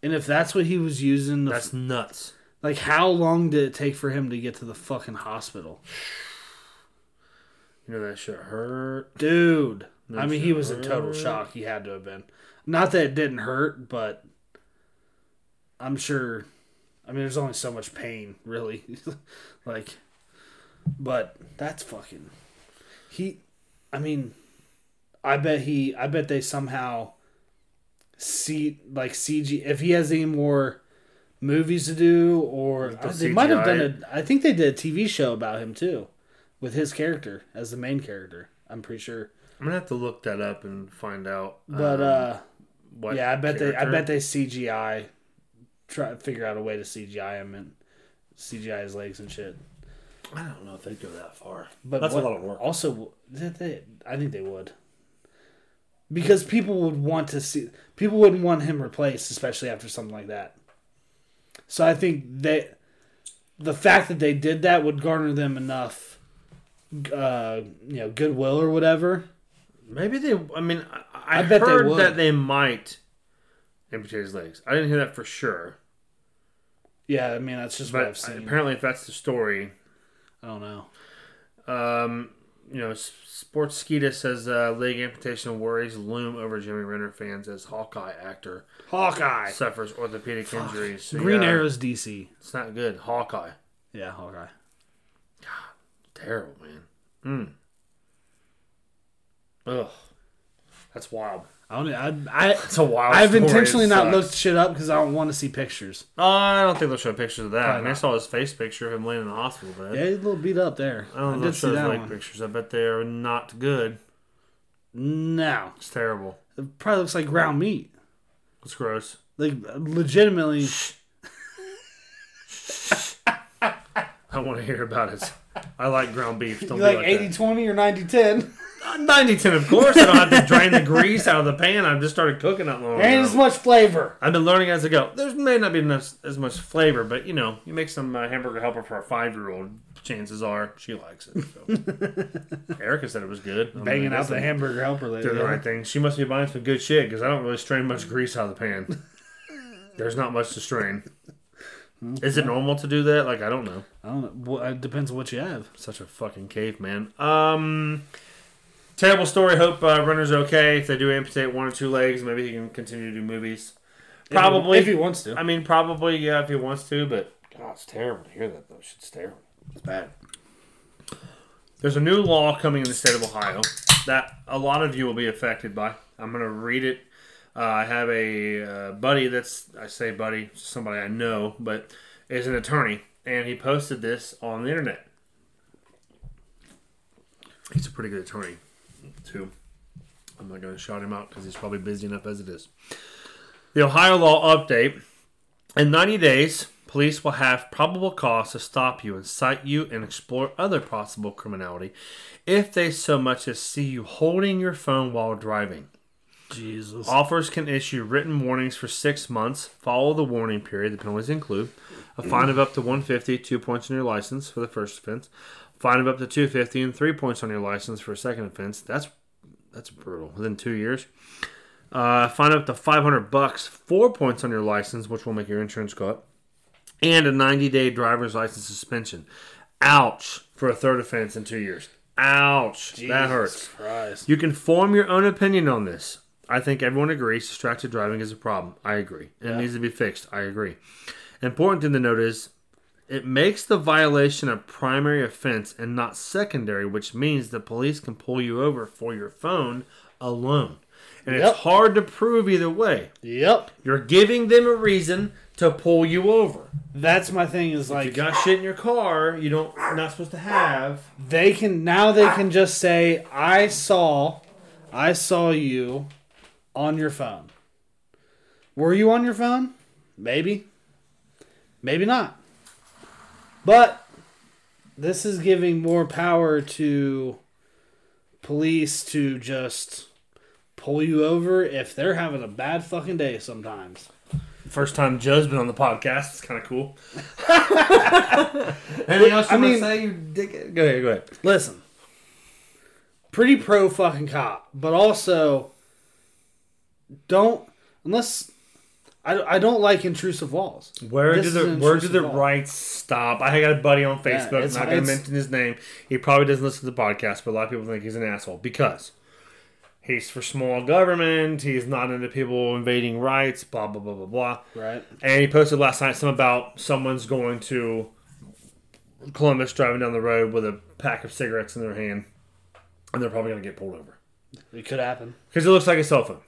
B: And if that's what he was using, the,
A: That's nuts.
B: like how long did it take for him to get to the fucking hospital,
A: You know that shit hurt.
B: dude? I mean, he
A: shit
B: was in total
A: hurt.
B: shock. He had to have been. Not that it didn't hurt, but I'm sure. I mean, there's only so much pain, really. <laughs> like, but that's fucking. He, I mean, I bet he. I bet they somehow see like CG. If he has any more movies to do, or
A: The
B: they might
A: CGI.
B: have done a. I think they did a TV show about him too, with his character as the main character. I'm pretty sure.
A: I'm gonna have to look that up and find out. um,
B: But uh,
A: what
B: yeah, I bet they. I
A: character.
B: bet they CGI. Try figure out a way to CGI him and CGI his legs and shit.
A: I don't know if they go that far.
B: But
A: that's
B: what-
A: a lot of work.
B: Also, that they, I think they would, because people would want to see. People wouldn't want him replaced, especially after something like that. So I think they, the fact that they did that would garner them enough, uh, you know, goodwill or whatever.
A: Maybe they. I mean, I, I,
B: I bet they
A: heard
B: would.
A: that they might amputate his legs. I didn't hear that for sure,
B: Yeah, I mean that's just what I've
A: but
B: seen.
A: apparently, if that's the story,
B: I don't know.
A: Um, you know, S- Sports Skeeta says uh, leg amputation worries loom over Jimmy Renner fans as Hawkeye actor
B: Hawkeye.
A: suffers orthopedic injuries. So,
B: Green
A: yeah,
B: Arrow's DC.
A: It's not good. Hawkeye.
B: Yeah, Hawkeye.
A: Terrible, man. Mm. Ugh. That's wild.
B: I don't. e, I. I
A: It's a wild
B: I've
A: story. It
B: intentionally not
A: sucks.
B: looked shit up because I don't want to see pictures.
A: Oh, I don't think they'll show pictures of that. I mean, I
B: not.
A: saw his face picture of him laying in the hospital bed.
B: Yeah, he's a little beat up there.
A: I don't
B: I
A: know
B: did
A: if
B: see
A: those
B: that
A: leg
B: one.
A: pictures. I bet they are not good.
B: No,
A: It's terrible.
B: it probably looks like ground meat.
A: It's gross.
B: Like legitimately.
A: I want to hear about it. I like ground
B: <laughs>
A: beef. Don't be
C: like
A: like
C: 80 20 or 90 10.
A: that. 90 10, of course. I don't have to drain the grease out of the pan. I've just started cooking not long
C: Ain't
A: ago.
C: as much flavor.
A: I've been learning as I go. There may not be enough, as much flavor, but you know, you make some uh, hamburger helper for a five year old. Chances are she likes it. So.
B: <laughs>
A: Erica said it was good. I'm
B: Banging
A: like,
B: out the
A: "Listen,
B: hamburger helper
A: They're
B: lately.
A: the right thing. She must be buying some good shit because I don't really strain much grease out of the pan.
C: <laughs>
A: There's not much to strain. Is it normal to do that? Like I don't know.
B: I don't know. Well, it depends on what you have.
A: Such a fucking caveman. Um, terrible story. Hope uh, runner's okay. If they do amputate one or two legs, maybe he can continue to do movies. Probably.
C: If he wants to.
A: I mean, probably yeah, if he wants to. But God, it's terrible to hear that though. Shit's terrible. It's bad. There's a new law coming in the state of Ohio that a lot of you will be affected by. I'm gonna read it. Uh, I have a uh, buddy that's I say buddy, somebody I know, but is an attorney, and he posted this on the internet. He's a pretty good attorney, too. I'm not going to shout him out because he's probably busy enough as it is. The Ohio law update. In 90 days, police will have probable cause to stop you, incite you, and explore other possible criminality if they so much as see you holding your phone while driving.
B: Jesus.
A: Offers can issue written warnings for six months. Follow the warning period. The penalties include a fine of up to 150, two points on your license for the first offense, fine of up to 250, and three points on your license for a second offense. That's that's brutal. Within two years, uh, fine up to 500 bucks, four points on your license, which will make your insurance go up, and a 90 day driver's license suspension. Ouch for a third offense in two years. Ouch, that hurts.
B: Christ.
A: You can form your own opinion on this. I think everyone agrees distracted driving is a problem. I agree. And it needs to be fixed. I agree. Important thing to note is it makes the violation a primary offense and not secondary, which means the police can pull you over for your phone alone. And
B: Yep.
A: it's hard to prove either way.
B: Yep.
A: You're giving them a reason to pull you over.
B: That's my thing. Is
A: You
B: like
A: got shit in your car you don't you're not supposed to have.
B: they can now. They can just say, "I saw, I saw you on your phone. Were you on your phone? Maybe, maybe not. But this is giving more power to police to just." Pull you over if they're having a bad fucking day sometimes.
A: First time Joe's been on the podcast. It's kind of cool. Anything else you
B: I
A: I mean,
B: mean-
A: say? You dick. Go ahead. Go ahead.
B: Listen, pretty pro fucking cop, but also don't unless I, I don't like intrusive walls.
A: Where
B: This
A: do
B: is
A: the
B: an
A: where do the
B: intrusive wall.
A: rights stop? I got a buddy on
B: Yeah,
A: Facebook.
B: it's-
A: I'm not going to
B: it's-
A: mention his name. He probably doesn't listen to the podcast, but a lot of people think he's an asshole because he's for small government. He's not into people invading rights. Blah blah blah blah blah.
B: Right.
A: And he posted last night something about someone's going to Columbus driving down the road with a pack of cigarettes in their hand, and they're probably going to get pulled over.
B: It could happen.
A: because it looks like a cell phone.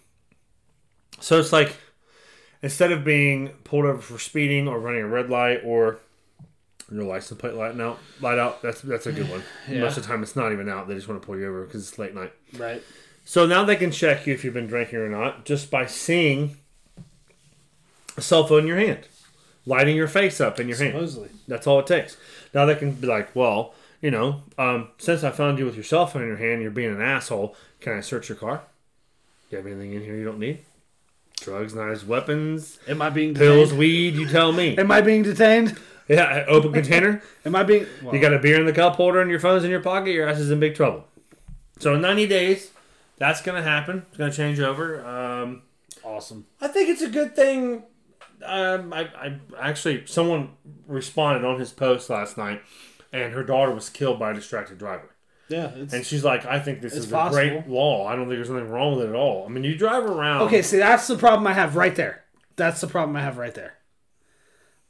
A: So it's like instead of being pulled over for speeding or running a red light or your license plate light out, light out. That's that's a good one. Most of the time, it's not even out. They just want to pull you over because it's late night.
B: Right.
A: So now they can check you if you've been drinking or not just by seeing a cell phone in your hand, lighting your face up in your hand.
B: Supposedly.
A: That's all it takes. Now they can be like, well, you know, um, since I found you with your cell phone in your hand, you're being an asshole. Can I search your car? Do you have anything in here you don't need? Drugs, knives, weapons,
B: Am I being detained?
A: pills, weed. You tell
B: <laughs>
A: me.
B: Am I being detained?
A: Yeah, open container.
B: Am I being well,
A: You got a beer in the cup holder and your phone's in your pocket, your ass is in big trouble. So in 90 days, that's going to happen. It's going to change over. Um,
B: awesome?
A: I think it's a good thing. Um, I, I actually someone responded on his post last night, and her daughter was killed by a distracted driver.
B: Yeah. It's,
A: And she's like, I think this is a great
B: possible.
A: law. I don't think there's anything wrong with it at all. I mean, you drive around.
B: okay, see, that's the problem I have right there. That's the problem I have right there.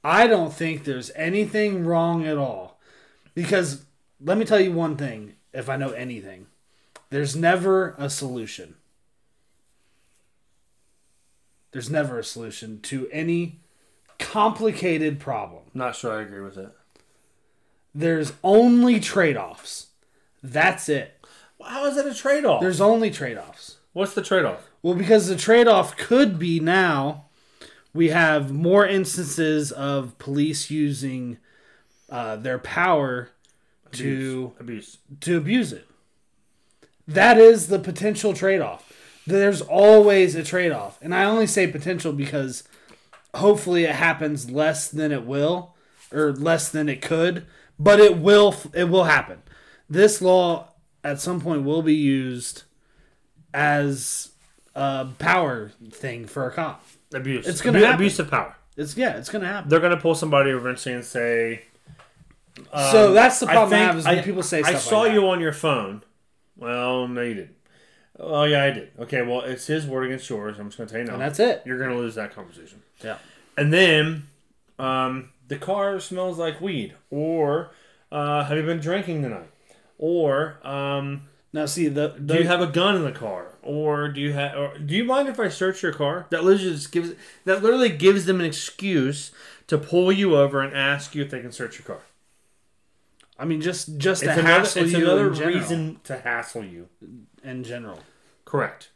B: I don't think there's anything wrong at all. Because let me tell you one thing, if I know anything, there's never a solution. There's never a solution to any complicated problem.
A: Not sure I agree with it.
B: There's only trade offs. That's it.
A: How is that a trade off?
B: There's only trade offs.
A: What's the trade off?
B: Well, because the trade off could be now we have more instances of police using uh, their power to
A: Abuse. Abuse.
B: to abuse it. That is the potential trade off. There's always a trade off. And I only say potential because hopefully it happens less than it will or less than it could, but it will it will happen. This law at some point will be used as a power thing for a cop.
A: Abuse.
B: It's gonna
A: Abu-
B: happen.
A: abuse of power.
B: It's yeah, it's going to happen.
A: They're gonna pull somebody eventually and say,
B: so that's the problem I,
A: Um, think-
B: have is when people say stuff
A: I saw
B: like that.
A: you on your phone. Well, no, you didn't. Oh yeah, I did. Okay, well, it's his word against yours. I'm just gonna tell you no.
B: And that's it.
A: You're gonna lose that conversation.
B: Yeah.
A: And then, um, the car smells like weed. Or, uh, have you been drinking tonight? Or, um,
B: Now see the, the
A: do you have a gun in the car? Or do you have? Or do you mind if I search your car? That literally just gives that literally gives them an excuse to pull you over and ask you if they can search your car.
B: I mean just just to
A: It's another,
B: hassle
A: it's
B: you
A: another
B: in general.
A: reason to hassle you.
B: in general.
A: Correct.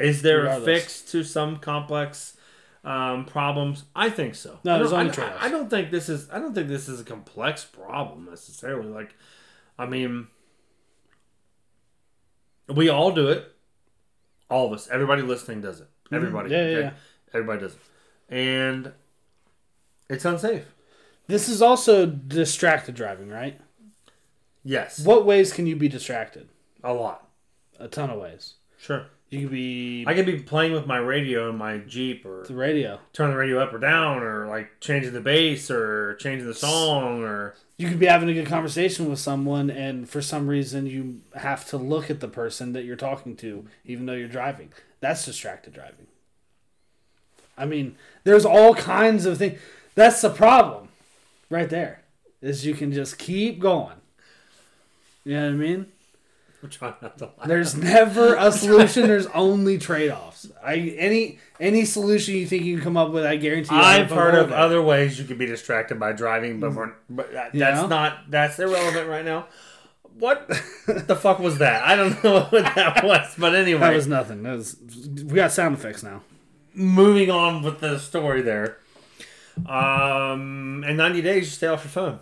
A: Is there a
B: Regardless.
A: fix to some complex um, problems? I think so.
B: No,
A: I
B: there's
A: don't-
B: only
A: I-
B: trade-offs.
A: I, I don't think this is. I don't think this is a complex problem necessarily. Like, I mean, we all do it. All of us. Everybody listening does it. Everybody.
B: Mm-hmm. Yeah, yeah, yeah.
A: Everybody does it, and it's unsafe.
B: This is also distracted driving, right?
A: Yes,
B: What ways can you be distracted?
A: a lot.
B: A ton of ways.
A: Sure.
B: You could be
A: I could be playing with my radio in my Jeep or
B: the radio.
A: turn the radio up or down or like changing the bass or changing the song <laughs> or
B: You could be having a good conversation with someone, and for some reason, you have to look at the person that you're talking to, even though you're driving. That's distracted driving. I mean, there's all kinds of things. That's the problem, right there. Is you can just keep going. You know what I mean?
A: I'm trying not to <laughs> laugh.
B: There's never a solution. There's only trade-offs. I any any solution you think you can come up with, I guarantee. you
A: I've heard of
B: other.
A: other ways you could be distracted by driving, but we're but that,
B: Yeah.
A: that's not that's irrelevant right now. What the fuck was that? I don't <laughs> know what that was, but anyway,
B: <laughs> That was nothing. That was, we got sound effects now.
A: moving on with the story there. Um, in 90 days, you stay off your phone.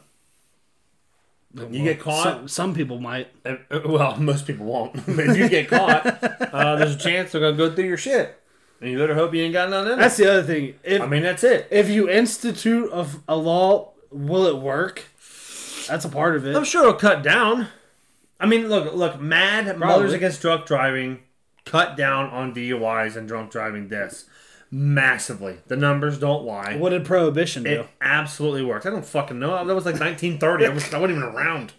A: You get caught.
B: Some, some people might.
A: Uh, uh, Well, most people won't. but <laughs> if you get <laughs> caught, uh, there's a chance they're gonna go through your shit, and you better hope you ain't got nothing. In it.
B: That's the other thing. If
A: I mean, that's it.
B: if you institute a, a law, will it work? That's a part of it.
A: I'm sure it'll cut down. I mean, look, look, mad mothers
B: Probably.
A: against drunk driving cut down on DUIs and drunk driving deaths massively. The numbers don't lie.
B: What did prohibition do?
A: It absolutely worked. I don't fucking know. That was like 1930. I, was, I wasn't even around.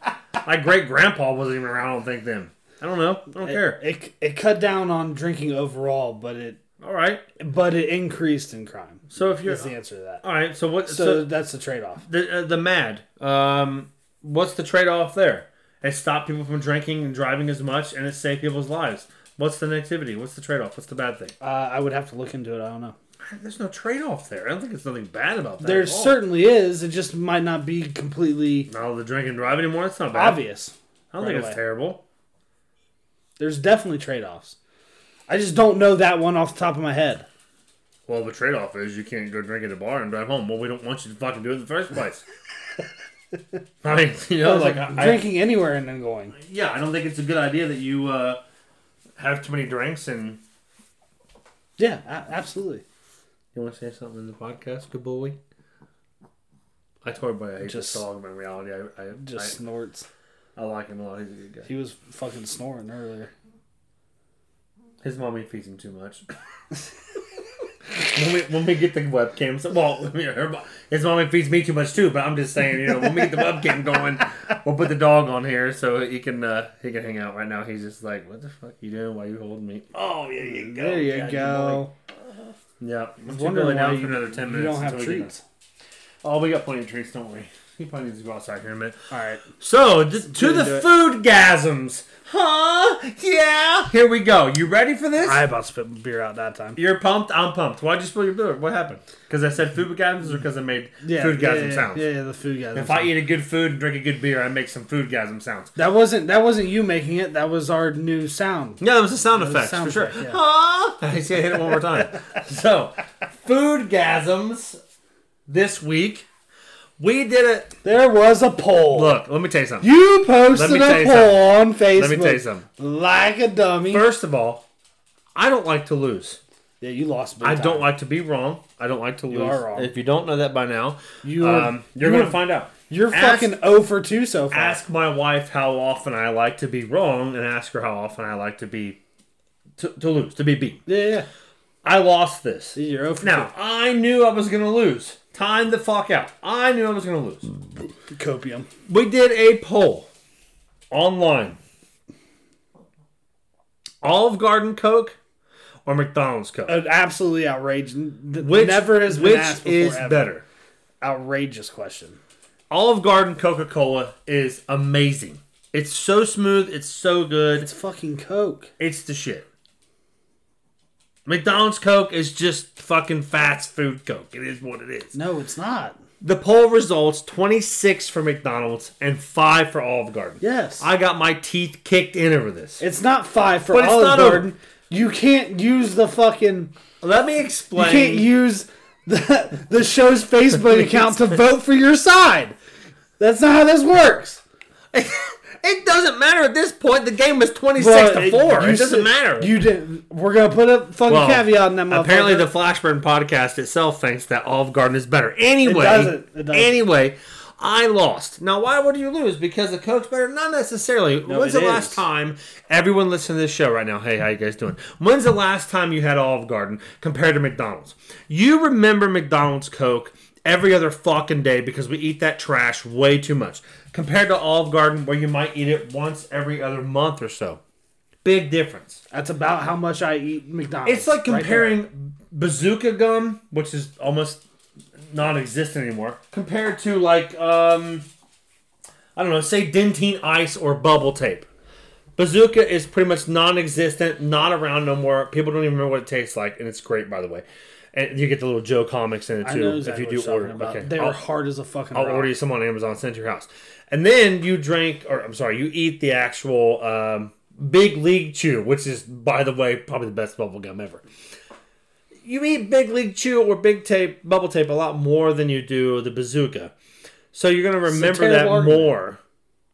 A: My great grandpa wasn't even around. I don't think then. I don't know. I don't care.
B: it it cut down on drinking overall, but it
A: All right.
B: but it increased in crime.
A: So if you're
B: That's the answer to that.
A: all right, so what?
B: So,
A: Uh, so
B: that's the trade off.
A: the uh, the mad. Um, what's the trade off there? It stopped people from drinking and driving as much, and it saved people's lives. What's the negativity? What's the trade off? What's the bad thing?
B: Uh, I would have to look into it. I don't know.
A: There's no trade off there. I don't think it's nothing bad about that.
B: There
A: at all.
B: certainly is. It just might not be completely
A: not all the drink and drive anymore. It's not bad.
B: obvious.
A: I don't
B: right
A: think it's
B: away.
A: terrible.
B: There's definitely trade offs. I just don't know that one off the top of my head.
A: Well, the trade off is you can't go drink at a bar and drive home. Well, we don't want you to fucking do it in the first
B: <laughs>
A: place. I mean, you know, like,
B: like
A: I, I-
B: drinking anywhere and then going.
A: yeah, I don't think it's a good idea that you uh, have too many drinks and.
B: Yeah, a- absolutely.
A: You want to say something in the podcast, good boy? I told everybody I hate
B: Just-
A: this dog, but in reality, I, I
B: Just
A: just
B: snorts.
A: I, I like him a lot. He's a good guy.
B: He was fucking snoring earlier.
A: His mommy feeds him too <laughs> much. when, we, when we get the <laughs> webcam, so, well, I mean, her, mo- his mommy feeds me too much too. But I'm just saying, you know, when we get the webcam going, We'll put the dog on here so he can uh, he can hang out. Right now, he's just like, "What the fuck you doing? Why you holding me?" Oh, yeah, you go.
B: Mm, There you
A: God,
B: go.
A: boy. Yeah, I'm
B: wondering
A: really
B: why
A: down
B: you-
A: for another ten
B: You
A: minutes.
B: don't have
A: until we get-
B: treats.
A: Oh, we got plenty of treats. Don't worry. He probably needs to go outside here in a minute.
B: All right.
A: So th- to
B: Didn't
A: the
B: do it.
A: food gasms, huh? Yeah. Here we go. You ready for this?
B: I about spit beer out that time.
A: You're pumped. I'm pumped. Why'd you spill your beer? What happened? Because I said food gasms, or because I made food gasm
B: yeah,
A: sounds.
B: Yeah, yeah, the food gasm.
A: If I
B: sound.
A: eat a good food and drink a good beer, I make some food gasm sounds.
B: that wasn't that wasn't you making it. That was our new sound.
A: Yeah, that was a sound
B: was a
A: effect
B: sound
A: for sure.
B: effect, yeah.
A: Ah! I <laughs> see. I hit it one more time. so, food gasms this week. We did it.
B: There was a poll.
A: Look, let me tell you something.
B: You
A: Let me
B: posted
A: tell
B: a
A: you
B: poll on Facebook.
A: Let me tell you something.
B: Like a dummy.
A: First of all, I don't like to lose.
B: yeah, you lost. big
A: I
B: time.
A: don't like to be wrong. I don't like to lose.
B: are wrong.
A: If you don't know that by now,
B: you. Are,
A: um, you're
B: you
A: going to
B: are-
A: find out.
B: You're
A: Ask-
B: fucking 0 for 2 so far.
A: ask my wife how often I like to be wrong, and ask her how often I like to be to, to lose, to be beat.
B: Yeah, yeah.
A: I lost this.
B: You're 0 for
A: Now I knew I was gonna lose. Time the fuck out. I knew I was gonna lose.
B: 2. Copium.
A: We did a poll online. Olive Garden Coke or McDonald's Coke?
B: An absolutely outrageous. Which,
A: which
B: Uh, never has been
A: which
B: asked before.
A: is
B: ever.
A: better?
B: Outrageous question.
A: Olive Garden Coca Cola is amazing. It's so smooth. It's so good.
B: It's fucking Coke.
A: It's the shit. McDonald's Coke is just fucking fast food Coke. It is what it is.
B: No, it's not.
A: The poll results 26 for McDonald's and 5 for Olive Garden.
B: Yes.
A: I got my teeth kicked in over this.
B: It's not five for
A: But it's
B: Olive
A: not
B: Garden. You can't use the fucking.
A: Let me
B: You
A: explain.
B: can't use the, <laughs> the show's
A: <laughs>
B: Facebook account to vote for your side. That's not how this works.
A: it doesn't matter at this point. The game is 26
B: But
A: to 4. It,
B: you
A: doesn't
B: said-
A: matter.
B: You didn't. We're gonna put a fucking
A: Well,
B: caveat in that. motherfucker.
A: Apparently, the Flashburn podcast itself thinks that Olive Garden is better. Anyway,
B: doesn't. It doesn't.
A: anyway, I lost. Now, why would you lose? Because the Coke's better? Not necessarily. When's
B: it
A: the last
B: is.
A: time everyone listening to this show right now? Hey, how you guys doing? When's the last time you had Olive Garden compared to McDonald's? You remember McDonald's Coke every other fucking day because we eat that trash way too much compared to Olive Garden, where you might eat it once every other month or so. Big difference.
B: that's about how much I eat McDonald's.
A: It's like
B: right
A: comparing bazooka gum, which is almost non-existent anymore, compared to like um, I don't know, say dentine ice or bubble tape. Bazooka is pretty much non-existent, not around no more. People don't even remember what it tastes like, and it's great, by the way. And you get the little Joe comics in it
B: there.
A: too
B: I know exactly
A: if you do order. Okay,
B: They
A: I'll-
B: were hard as a fucking.
A: I'll
B: rock.
A: order Oh, you some on Amazon, sent to your house. And then you drink, or I'm sorry, you eat the actual um, Big League Chew, which is, by the way, probably the best bubble gum ever. You eat Big League Chew or Big Tape, Bubble Tape a lot more than you do the Bazooka. So you're going to remember that
B: terrible argument.
A: more.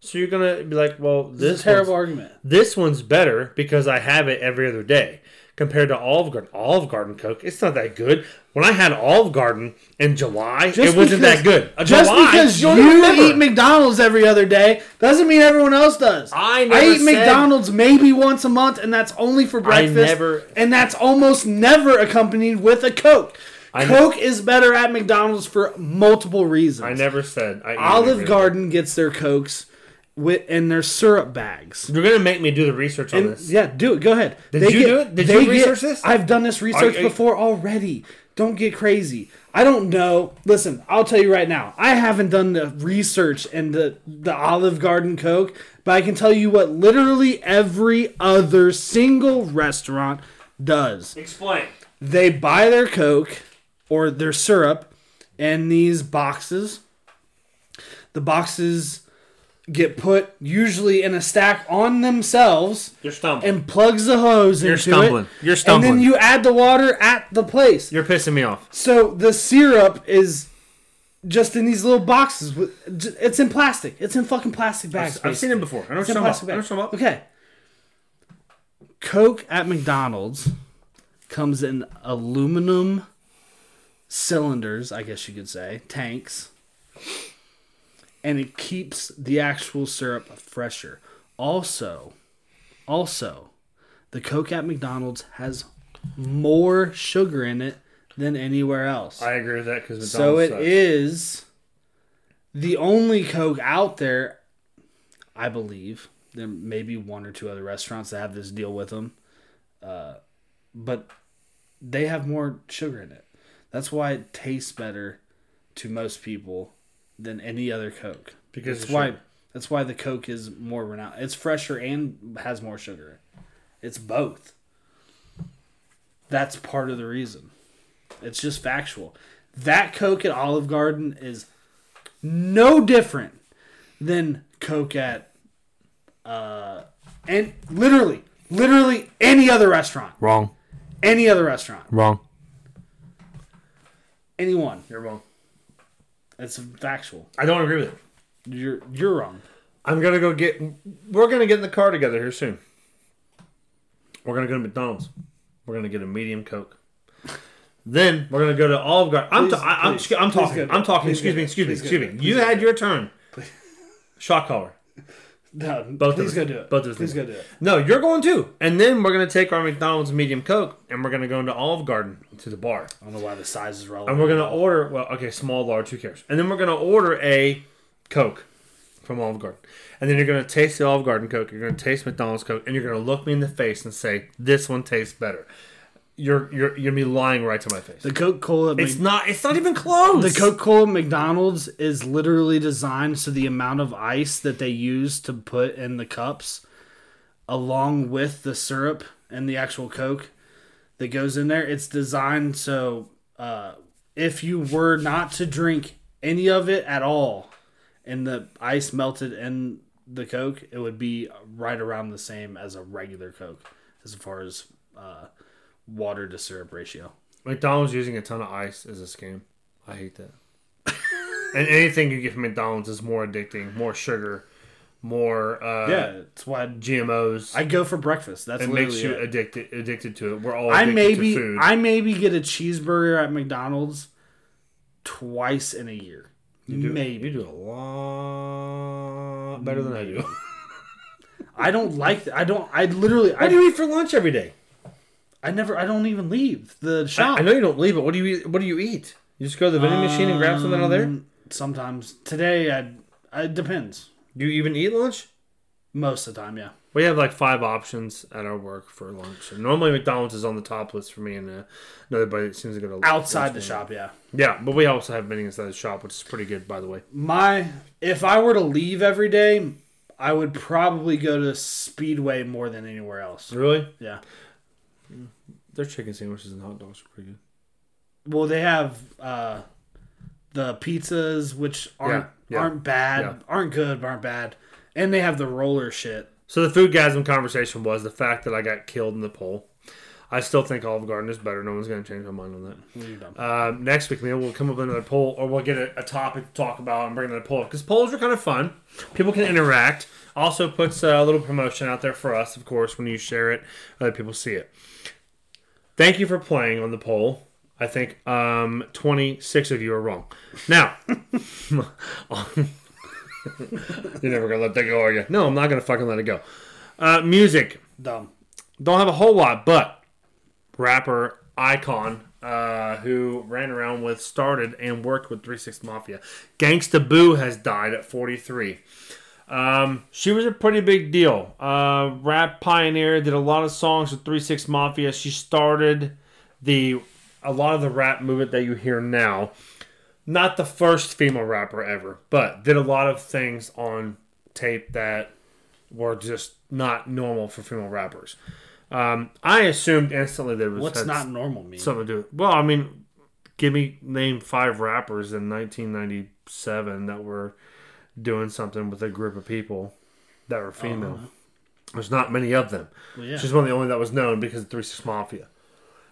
A: So you're going to be like, well, this
B: It's a terrible
A: one's-
B: argument.
A: this one's better because I have it every other day compared to Olive Garden. Olive Garden Coke, it's not that good. When I had Olive Garden in July,
B: Just
A: it wasn't
B: because-
A: that good. A
B: Just
A: July,
B: because you
A: don't remember.
B: eat McDonald's every other day doesn't mean everyone else does.
A: I never
B: eat
A: said-
B: McDonald's maybe once a month, and that's only for breakfast.
A: never-
B: and that's almost never accompanied with a Coke.
A: I ne-
B: Coke is better at McDonald's for multiple reasons.
A: I never said I eat
B: Olive
A: it.
B: Garden gets their Cokes with in their syrup bags.
A: You're gonna make me do the research on this.
B: Yeah, do it. Go ahead. Did
A: you do it? Did you research this?
B: I've done this research
A: Are you-
B: before already. Don't get crazy. I don't know. Listen, I'll tell you right now. I haven't done the research into the Olive Garden Coke, but I can tell you what literally every other single restaurant does.
A: Explain.
B: They buy their Coke or their syrup in these boxes. The boxes get put usually in a stack on themselves
A: You're stumbling.
B: and plugs the hose into
A: stumbling.
B: it.
A: You're
B: And
A: stumbling.
B: then you add the water at the place.
A: You're pissing me off.
B: so the syrup is just in these little boxes. with- j- It's in plastic. It's in fucking plastic bags.
A: I've seen
B: basically.
A: it before. I know what
B: It's
A: you're talking
B: in
A: about.
B: plastic
A: I know
B: bags.
A: what you're talking about.
B: Okay. Coke at McDonald's comes in aluminum cylinders, I guess you could say, tanks. And it keeps the actual syrup fresher. Also, also, the Coke at McDonald's has more sugar in it than anywhere else.
A: I agree with that because
B: So it is the only Coke out there I believe. There may be one or two other restaurants that have this deal with them, uh, but they have more sugar in it. That's why it tastes better to most people than any other Coke.
A: Because
B: that's
A: of
B: why
A: sugar.
B: that's why the Coke is more renowned. It's fresher and has more sugar. It's both. That's part of the reason. It's just factual. That Coke at Olive Garden is no different than Coke at uh and literally literally any other restaurant.
A: Wrong.
B: Any other restaurant.
A: Wrong.
B: Anyone.
A: You're wrong.
B: It's factual.
A: I don't agree with it.
B: You're you're wrong.
A: I'm gonna go get. We're gonna get in the car together here soon. We're gonna go to McDonald's. We're gonna get a medium Coke. Then we're gonna go to Olive Garden. I'm,
B: Please,
A: ta- I- I'm,
B: please,
A: I'm
B: please
A: talking.
B: good.
A: I'm talking.
B: Please
A: excuse
B: good.
A: me. Excuse me.
B: Please
A: Excuse
B: good.
A: me. You had your turn. Shot caller.
B: No,
A: Both of
B: please
A: us-
B: go do it.
A: both of us
B: please
A: need
B: go do it.
A: No, you're going too. And then we're gonna take our McDonald's medium Coke and we're gonna go into Olive Garden to the bar.
B: I don't know why the size is relevant.
A: And we're gonna order well, okay, small, large, who cares? And then we're gonna order a Coke from Olive Garden. And then you're gonna taste the Olive Garden Coke, you're gonna taste McDonald's Coke, and you're gonna look me in the face and say, This one tastes better. You're you're you're gonna be lying right to my face.
B: the Coca Cola.
A: it's not it's not even close.
B: The Coca Cola McDonald's is literally designed so the amount of ice that they use to put in the cups, along with the syrup and the actual Coke that goes in there, it's designed so uh, if you were not to drink any of it at all and the ice melted in the Coke, it would be right around the same as a regular Coke as far as uh, water to syrup ratio.
A: McDonald's using a ton of ice is a scam. I hate that. <laughs> and anything you get from McDonald's is more addicting, more sugar, more uh,
B: yeah, that's why
A: GMOs.
B: I go for breakfast. That's
A: it
B: literally
A: makes you
B: it.
A: addicted addicted to it. We're all
B: I
A: addicted to
B: maybe
A: food.
B: I maybe get a cheeseburger at McDonald's twice in a year. maybe
A: You do a lot better than I do. <laughs>
B: I don't like. Th- I don't. I literally. I,
A: What do you eat for lunch every day?
B: I never. I don't even leave the
A: I,
B: shop.
A: I know you don't leave, but what do you eat? What do you eat? You just go to the vending machine and grab something out of there.
B: Um, Sometimes today, I. I- It depends.
A: Do you even eat lunch?
B: Most of the time, yeah.
A: We have like five options at our work for lunch. And normally McDonald's is on the top list for me and uh, another buddy that seems to go to lunch
B: Outside the
A: with me.
B: shop, yeah.
A: Yeah, but we also have vending inside the shop, which is pretty good, by the way.
B: My if I were to leave every day, I would probably go to Speedway more than anywhere else.
A: Really,
B: Yeah.
A: their chicken sandwiches and hot dogs are pretty good.
B: well they have uh the pizzas which aren't
A: Yeah, yeah,
B: aren't bad
A: yeah.
B: aren't good but aren't bad and they have the roller shit
A: So the foodgasm conversation was the fact that I got killed in the poll. I still think Olive Garden is better. No one's going to change my mind on that.
B: You're dumb.
A: Um, next week, maybe we'll come up with another poll, or we'll get a, a topic to talk about and bring another poll because polls are kind of fun. People can interact. Also, puts uh, a little promotion out there for us, of course, when you share it, other people see it. Thank you for playing on the poll. I think um, 26 of you are wrong. Now, <laughs> um, you're never gonna let that go, are you? No, I'm not gonna fucking let it go. Uh, music
B: dumb
A: don't have a whole lot, but rapper Icon, uh, who ran around with, started, and worked with 3 Six Mafia. Gangsta Boo has died at 43. Um, she was a pretty big deal. Uh, rap pioneer, did a lot of songs with 3 Six Mafia. She started the a lot of the rap movement that you hear now. Not the first female rapper ever, but did a lot of things on tape that were just not normal for female rappers. Um, I assumed instantly that it was
B: what's
A: had
B: not normal mean
A: something to do. With, well, I mean, give me name five rappers in 1997 that were doing something with a group of people that were female. There's not many of them.
B: Well, yeah.
A: She's one of the only that was known because of Three Six Mafia.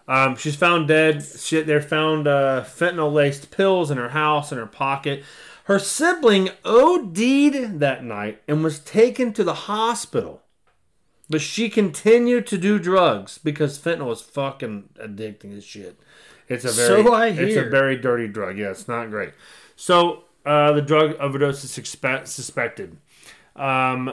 A: Um, she's found dead. She, they found uh, fentanyl laced pills in her house, in her pocket. Her sibling OD'd that night and was taken to the hospital. But she continued to do drugs because fentanyl is fucking addicting as shit. It's a very
B: So I
A: it's a
B: hear.
A: very dirty drug. Yeah, it's not great. So uh, the drug overdose is suspe- suspected. Um,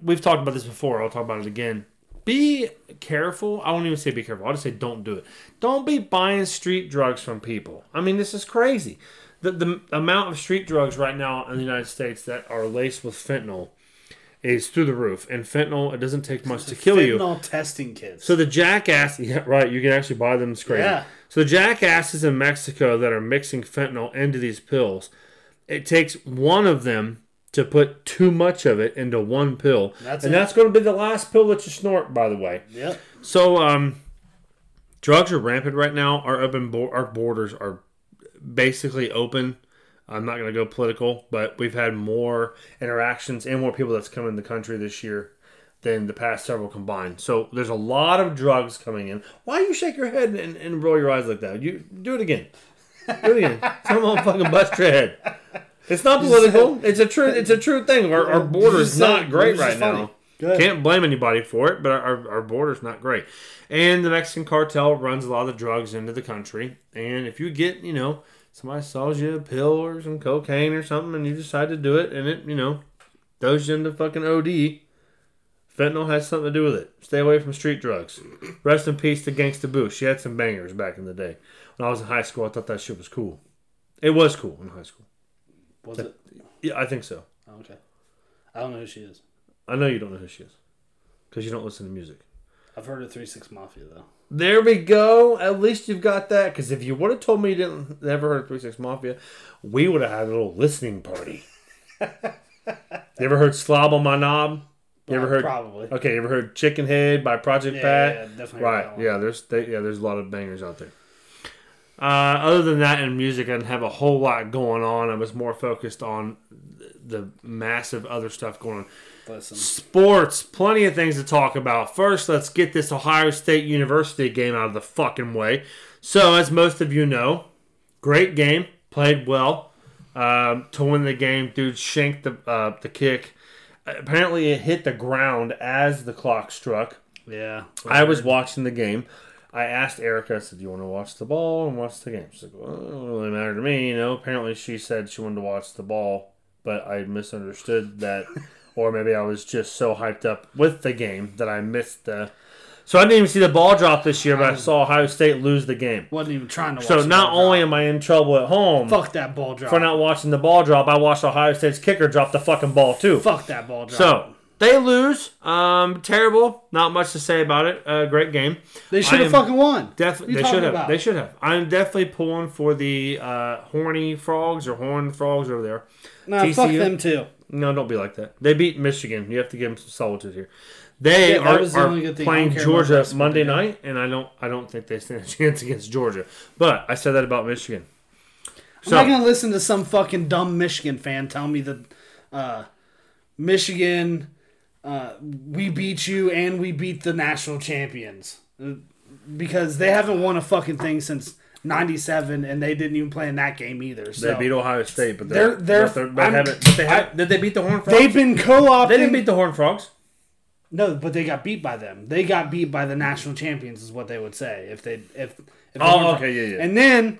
A: we've talked about this before. I'll talk about it again. Be careful. I won't even say be careful. I'll just say don't do it. Don't be buying street drugs from people. I mean, this is crazy. The, the amount of street drugs right now in the United States that are laced with fentanyl is through the roof, and fentanyl it doesn't take much to kill you.
B: Fentanyl testing kits.
A: So the jackass, <laughs> yeah, right, you can actually buy them. It's crazy.
B: Yeah.
A: So the jackasses in Mexico that are mixing fentanyl into these pills, it takes one of them to put too much of it into one pill,
B: That's
A: and
B: it.
A: that's going to be the last pill that you snort. By the way,
B: yep.
A: so um, drugs are rampant right now. Our open bo- our borders are basically open. I'm not going to go political, but we've had more interactions and more people that's come in the country this year than the past several combined. So there's a lot of drugs coming in. Why you shake your head and, and roll your eyes like that? You do it again. Do it
B: <laughs>
A: again. Someone fucking bust your head. It's not political. It's a true. It's a true thing. Our, our border's
B: said-
A: not great
B: you just
A: right now.
B: funny. Good.
A: Can't blame anybody for it, but our, our border's not great. And the Mexican cartel runs a lot of the drugs into the country. And if you get, you know, somebody sells you a pill or some cocaine or something and you decide to do it and it, you know, throws you into fucking OD, fentanyl has something to do with it. Stay away from street drugs. Rest in peace to Gangsta Boo. She had some bangers back in the day. When I was in high school, I thought that shit was cool. It was cool in high school.
B: Was it?
A: Yeah, I think so.
B: Oh, okay. I don't know who she is.
A: I know you don't know who she is because you don't listen to music.
B: I've heard of Three Six Mafia though.
A: There we go. At least you've got that. Because if you would have told me you didn't never heard of Three Six Mafia, we would have had a little listening party. you ever heard "Slob on My Knob"? You ever
B: Uh,
A: heard?
B: probably.
A: Okay, you ever heard "Chicken Head" by Project
B: Yeah,
A: Pat?
B: yeah, yeah, definitely heard
A: Right.
B: that one.
A: Yeah. There's they, yeah. There's a lot of bangers out there. Uh, other than that, in music, I didn't have a whole lot going on. I was more focused on the massive other stuff going on.
B: Listen.
A: Sports, plenty of things to talk about. First, let's get this Ohio State University game out of the fucking way. So, as most of you know, great game, played well um, to win the game. Dude shanked the uh, the kick. Apparently, it hit the ground as the clock struck.
B: Yeah.
A: I was watching the game. I asked Erica, I said, Do you want to watch the ball and watch the game? She's like, Well, it don't really matter to me, you know. Apparently she said she wanted to watch the ball, but I misunderstood that <laughs> or maybe I was just so hyped up with the game that I missed the so I didn't even see the ball drop this year, but I saw Ohio State lose the game.
B: Wasn't even trying to. Watch
A: So
B: the
A: not
B: ball
A: only am I in trouble at home
B: drop. fuck that ball drop.
A: for not watching the ball drop, I watched Ohio State's kicker drop the fucking ball too.
B: fuck that ball drop.
A: So they lose. Um, terrible. Not much to say about it. Uh, great game.
B: they should
A: I
B: have
A: am
B: fucking won.
A: Definitely,
B: You
A: they
B: talking
A: should have.
B: about?
A: They should have. I'm definitely pulling for the uh, horny frogs or horned frogs over there.
B: Nah, fuck
A: TCU?
B: them too.
A: No, don't be like that. They beat Michigan. You have to give them some solitude here. They
B: Yeah, that
A: are,
B: was the
A: are
B: only good thing. I don't
A: playing
B: care about
A: Georgia
B: this, but
A: Monday
B: they-
A: night, and I don't. I don't think they stand a <laughs> chance against Georgia. But I said that about Michigan. So
B: I'm not gonna listen to some fucking dumb Michigan fan tell me that uh, Michigan, uh, we beat you and we beat the national champions Uh, because they haven't won a fucking thing since '97, and they didn't even play in that game either. So
A: they beat Ohio State, but
B: They're-
A: they're
B: they're-
A: they're, they're they
B: I'm-
A: haven't. But they have, did they beat the horned frogs?
B: they've been co-opting.
A: they didn't beat the horned frogs.
B: no, but they got beat by them. They got beat by the national champions, is what they would say if they if. if they
A: Oh,
B: weren't-
A: okay, yeah, yeah.
B: And then.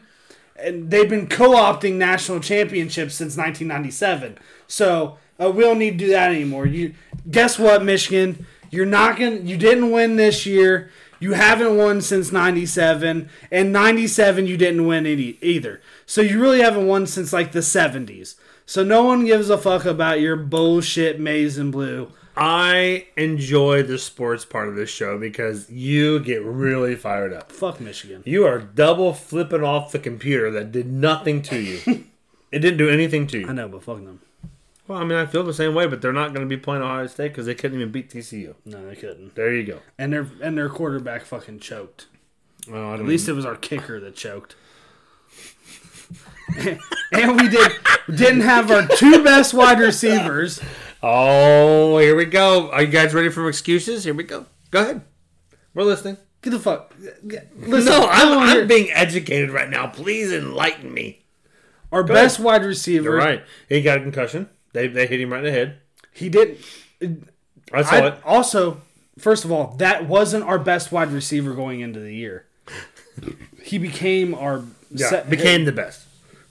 B: And they've been co-opting national championships since 1997. So uh, we don't need to do that anymore. You guess what, Michigan? You're not gonna. You didn't win this year. You haven't won since '97, and '97 you didn't win any either. So you really haven't won since like the '70s. So no one gives a fuck about your bullshit maize and blue.
A: I enjoy the sports part of this show because you get really fired up.
B: Fuck Michigan.
A: You are double flipping off the computer that did nothing to you. <laughs> it didn't do anything to
B: I
A: you.
B: know, but fuck them.
A: Well, I mean, I feel the same way, but they're not going to be playing Ohio State because they couldn't even beat TCU.
B: No, they couldn't.
A: There you go.
B: And their and their quarterback fucking choked.
A: Well, I don't
B: At least it was our kicker that choked. <laughs> and we did didn't have our two best wide receivers.
A: oh, here we go. Are you guys ready for excuses? Here we go. Go ahead. We're listening.
B: Get the fuck. Listen,
A: No,
B: I
A: Oh, I'm,
B: don't
A: I'm
B: hear-
A: being educated right now. Please enlighten me.
B: our best wide receiver.
A: You're right. He got a concussion. They, they hit him right in the head.
B: He didn't.
A: I saw
B: I,
A: it.
B: also, first of all, that wasn't our best wide receiver going into the year. He became our
A: Yeah,
B: se-
A: became the best.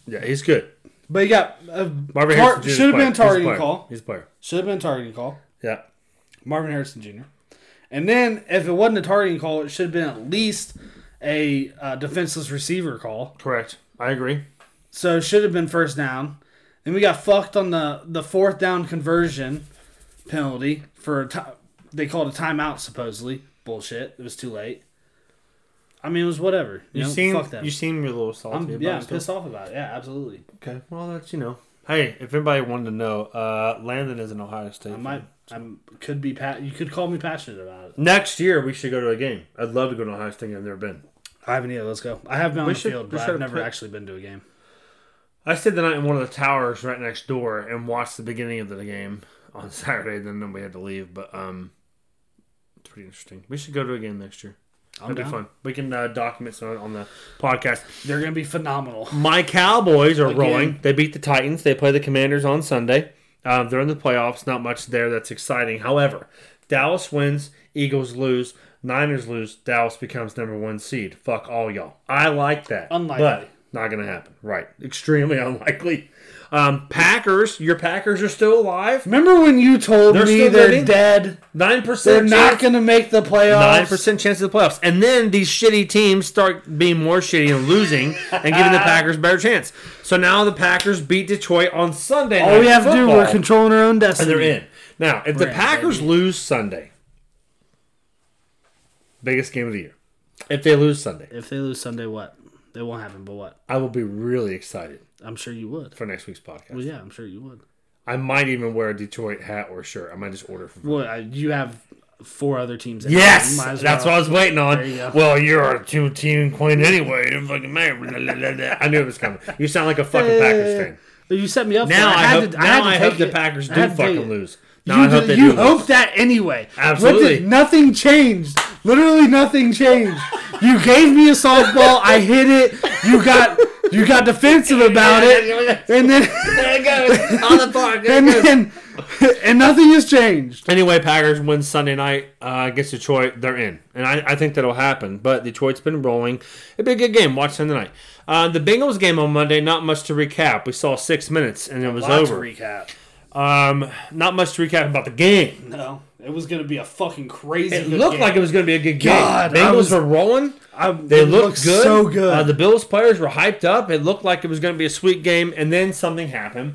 A: Yeah, he's good.
B: but he got a
A: Marvin
B: tar-
A: Harrison Jr. is
B: should have
A: player.
B: been a
A: He's a
B: targeting
A: player.
B: call.
A: He's a player.
B: Should have been a targeting call.
A: Yeah.
B: Marvin Harrison Jr. And then if it wasn't a targeting call, it should have been at least a uh, defenseless receiver call.
A: Correct. I agree.
B: So it should have been first down. Then we got fucked on the the fourth down conversion penalty for a time. They called a timeout supposedly. Bullshit. It was too late. I mean, it was whatever. You,
A: You
B: know,
A: seem
B: fuck them.
A: you seem a little salty.
B: I'm,
A: about
B: yeah,
A: it
B: I'm
A: still.
B: pissed off about it. Yeah, absolutely.
A: Okay, well that's you know. Hey, if anybody wanted to know, uh, Landon is an Ohio State.
B: I
A: fan.
B: might. I could be. Pa- you could call me passionate about it.
A: Next year we should go to a game. I'd love to go to Ohio State. I've never been.
B: I haven't either. Let's go. I have been on
A: We
B: the
A: should-
B: field,
A: we
B: but
A: should
B: I've never
A: put-
B: actually been to a game.
A: I stayed the night in one of the towers right next door and watched the beginning of the game on <laughs> Saturday. Then then we had to leave, but um, it's pretty interesting. We should go to a game next year.
B: I'm
A: That'd be
B: down.
A: fun. We can uh, document some on the podcast.
B: They're gonna be phenomenal.
A: My Cowboys are
B: Again.
A: rolling. They beat the Titans. They play the Commanders on Sunday. Um, they're in the playoffs. Not much there that's exciting. However, Dallas wins. Eagles lose. Niners lose. Dallas becomes number one seed. Fuck all y'all. I like that.
B: Unlikely.
A: But not going to happen. Right. Extremely <laughs> unlikely. Um, Packers. Your Packers are still alive.
B: Remember when you told
A: They're
B: me
A: still
B: they're
A: winning?
B: dead?
A: 9%.
B: They're not
A: chance-
B: gonna make the playoffs.
A: Nine percent chance of the playoffs, and then these shitty teams start being more shitty and losing, and giving
B: <laughs>
A: the Packers a better chance. So now the Packers beat Detroit on Sunday.
B: All
A: Night
B: we have to do,
A: Football,
B: we're controlling our own
A: and
B: destiny.
A: they're in. Now, if the
B: We're in,
A: Packers lose Sunday, biggest game of the year. If they lose Sunday,
B: If they lose Sunday, what? They won't happen, but what?
A: I will be really excited
B: I'm sure you would.
A: for next week's podcast.
B: Well, yeah, I'm sure you would.
A: I might even wear a Detroit hat or shirt. I might just order from.
B: Well, I, you have four other teams. anyway.
A: Yes,
B: You might as
A: that's what
B: well.
A: I was waiting on.
B: you go.
A: well, you're a two-team queen anyway. You're fucking mad. Blah, blah, blah, blah. I knew it was coming. You sound like a fucking Packers fan.
B: you set me up.
A: Now
B: for it.
A: I,
B: Uh, had
A: hope,
B: to- had
A: now
B: to
A: I, hope
B: take
A: the
B: it.
A: Packers
B: I
A: do
B: had to take
A: fucking
B: it.
A: lose.
B: You,
A: Now I hope
B: did-
A: they
B: you
A: do
B: hope
A: lose.
B: that anyway. What did-
A: Absolutely.
B: nothing changed. Literally nothing changed. you gave me a softball. I hit it. You got you
A: <laughs>
B: got defensive about it, and then
A: There <laughs> it goes. On the park. There
B: and
A: it goes.
B: then and nothing has changed.
A: Anyway, Packers win Sunday night uh, against Detroit. They're in, and I, I think that'll happen. But Detroit's been rolling. It'd be a good game. Watch Sunday night. Uh, the Bengals game on Monday. Not much to recap. We saw six minutes, and it was over.
B: recap.
A: um, not much to recap about the game.
B: No, it was gonna be a fucking crazy.
A: It looked like it was going to be a good game.
B: God, I
A: Bengals
B: was-
A: were rolling.
B: I,
A: They looked good.
B: So good.
A: Uh, the Bills players were hyped up. It looked like it was going to be a sweet game, and then something happened.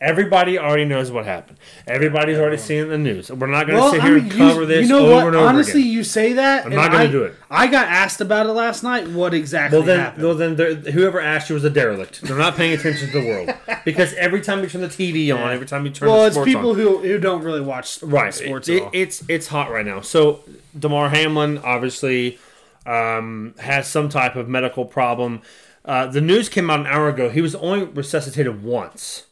A: Everybody already knows what happened. Everybody's already seen the news. We're not going to sit here and cover
B: you,
A: this
B: you know
A: over
B: what?
A: and over
B: Honestly,
A: again.
B: you say that. and
A: not gonna
B: I-
A: do it.
B: I got asked about it last night. What exactly
A: Well then,
B: happened?
A: well then, they're- whoever asked you was a derelict. They're not paying attention to the
B: <laughs>
A: world because every time you turn the TV on, every time you turn
B: well,
A: the
B: it's
A: sports on,
B: people who who don't really watch
A: right.
B: sports
A: It-
B: at all.
A: It's it's hot right now. So Damar Hamlin obviously um, has some type of medical problem. Uh, the news came out an hour ago. He was only resuscitated once.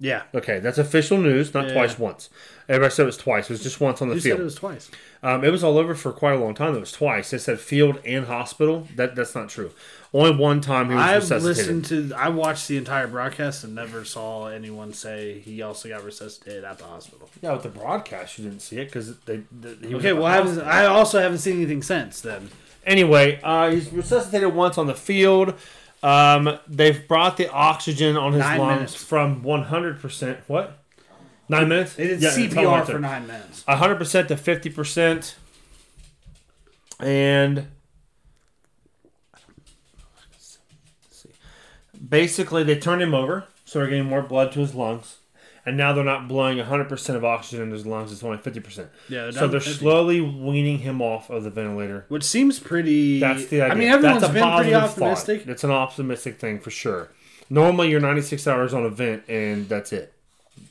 B: yeah,
A: Okay, that's official news, not twice. Once. Everybody said it was twice. It was just once on the
B: you
A: field.
B: said it was twice.
A: Um, it was all over for quite a long time. It was twice. They said field and hospital. That that's not true. Only one time he was
B: I've
A: resuscitated.
B: listened to, I watched the entire broadcast and never saw anyone say he also got resuscitated at the hospital.
A: Yeah, with the broadcast, you didn't see it because they, they he was
B: Okay,
A: at the
B: well, I,
A: hospital.
B: haven't, I also haven't seen anything since then.
A: Anyway, uh, he's resuscitated once on the field. Um, they've brought the oxygen on his
B: Nine
A: lungs
B: minutes.
A: from 100%. What? Nine minutes?
B: They did
A: Yeah, something
B: CPR
A: like
B: for
A: that.
B: nine minutes.
A: 100% to 50%. And let's see. basically, they turned him over, so they're getting more blood to his lungs. And now they're not blowing 100% of oxygen in his lungs, it's only 50%.
B: Yeah, they're
A: so
B: down
A: they're
B: to 50.
A: slowly weaning him off of the ventilator.
B: Which seems pretty.
A: That's the idea.
B: I mean, everyone's
A: That's a
B: been pretty
A: positive thought.
B: optimistic.
A: It's an optimistic thing for sure. Normally, you're 96 hours on a vent, and that's it.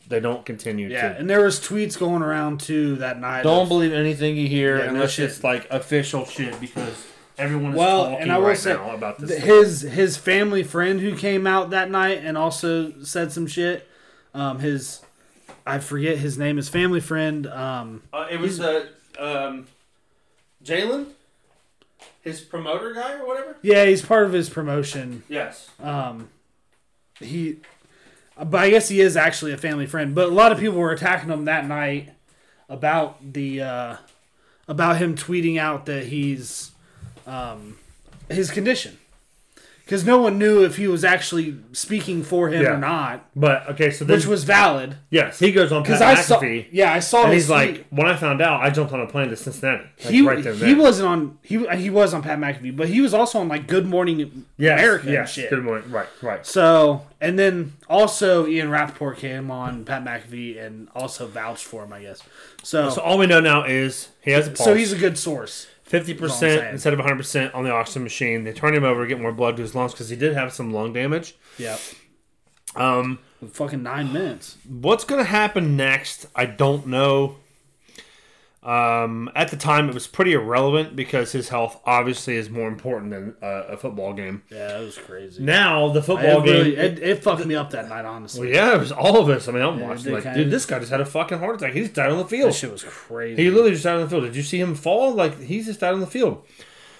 A: They don't continue
B: Yeah,
A: to.
B: and there was tweets going around too that night.
A: Don't
B: of-
A: believe anything you hear
B: Yeah, no
A: unless
B: shit.
A: it's like official shit because everyone is
B: well,
A: talking
B: and I will
A: right
B: say
A: now about this.
B: th-
A: thing.
B: his his family friend who came out that night and also said some shit. Um, his I forget his name. His family friend. Um,
A: Uh, it was uh, um, Jalen, his promoter guy or whatever.
B: yeah, he's part of his promotion.
A: Yes.
B: Um, he, but I guess he is actually a family friend. But a lot of people were attacking him that night about the uh, about him tweeting out that he's um, his condition. because no one knew if he was actually speaking for him
A: Yeah.
B: or not,
A: But okay, so this
B: which was valid.
A: yes, he goes on Pat
B: Because I saw,
A: McAfee,
B: yeah, I saw.
A: and
B: his
A: he's like,
B: tweet.
A: when I found out, I jumped on a plane to Cincinnati. Like,
B: he
A: right there,
B: he wasn't on he he was on Pat McAfee, but he was also on like Good Morning
A: yes,
B: America and
A: yes,
B: shit.
A: Good morning. Right, right.
B: So and then also Ian Rappaport came on Pat McAfee and also vouched for him, I guess. So
A: So
B: so,
A: all we know now is he has a pulse.
B: he's a good source.
A: fifty
B: That's what I'm
A: percent
B: saying.
A: instead of one hundred percent on the oxygen machine. They turn him over, get more blood to his lungs because he did have some lung damage.
B: Yeah,
A: Um,
B: fucking nine minutes.
A: what's going to happen next? I don't know. Um, at the time, it was pretty irrelevant because his health obviously is more important than uh, a football game.
B: Yeah, that was crazy.
A: Now the
B: It,
A: football game,
B: really, it, it fucked me up that night, honestly.
A: yeah, it was all of us. I mean, I'm
B: Yeah,
A: watching
B: they
A: like,
B: kinda-
A: dude, this guy just had a fucking heart attack. He just died on the field.
B: That shit was crazy.
A: He literally just died on the field. Did you see him fall? Like he's just died on the field.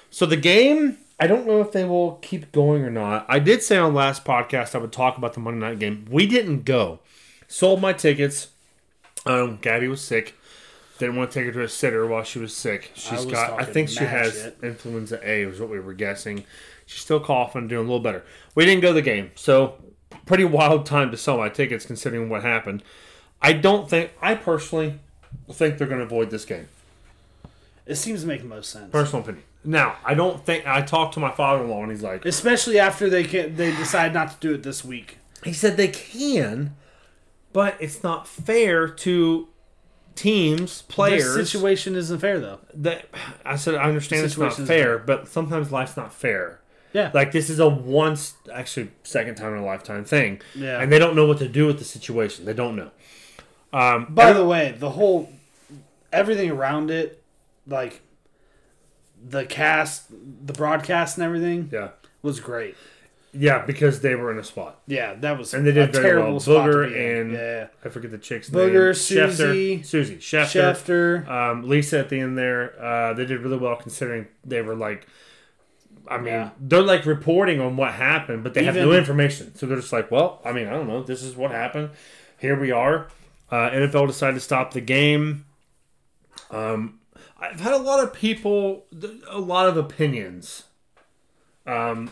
A: So the game, I don't know if they will keep going or not. I did say on last podcast I would talk about the Monday night game. We didn't go. Sold my tickets. Um, Gabby was sick. Didn't want to take her to a sitter while she was sick. She's
B: was
A: got. I
B: talking
A: think she
B: mad
A: has
B: shit.
A: influenza A. Was what we were guessing. She's still coughing, doing a little better. We didn't go to the game, so pretty wild time to sell my tickets considering what happened. I don't think. I personally think they're going to avoid this game.
B: it seems to make the most sense,
A: Personal opinion. Now, I don't think I talked to my father-in-law and he's like,
B: especially after they can they decide not to do it this week.
A: he said they can, but it's not fair to teams,
B: This
A: players.
B: situation isn't fair though.
A: that I said I understand it's not
B: Situation's
A: fair, but sometimes life's not fair.
B: Yeah,
A: Like this is a once, actually second time in a lifetime thing,
B: Yeah.
A: and they don't know what to do with the situation. They don't know. Um,
B: By the way, the whole everything around it, like the cast, the broadcast, and everything
A: yeah,
B: was great.
A: yeah, because they were in a spot.
B: Yeah, that was
A: And they did
B: a
A: very
B: terrible
A: well.
B: spot to
A: Booger
B: be in.
A: and-
B: yeah,
A: I forget the chick's
B: Booger,
A: name.
B: Susie.
A: Schefter, Susie, Schefter,
B: Schefter.
A: um, Lisa at the end there. Uh, they did really well considering they were like, I mean,
B: Yeah.
A: they're like reporting on what happened, but they have no
B: Even-
A: information. So they're just like, well, I mean, I don't know. This is what happened. Here we are. Uh, NFL decided to stop the game. Um, I've had a lot of people, th- a lot of opinions. Um,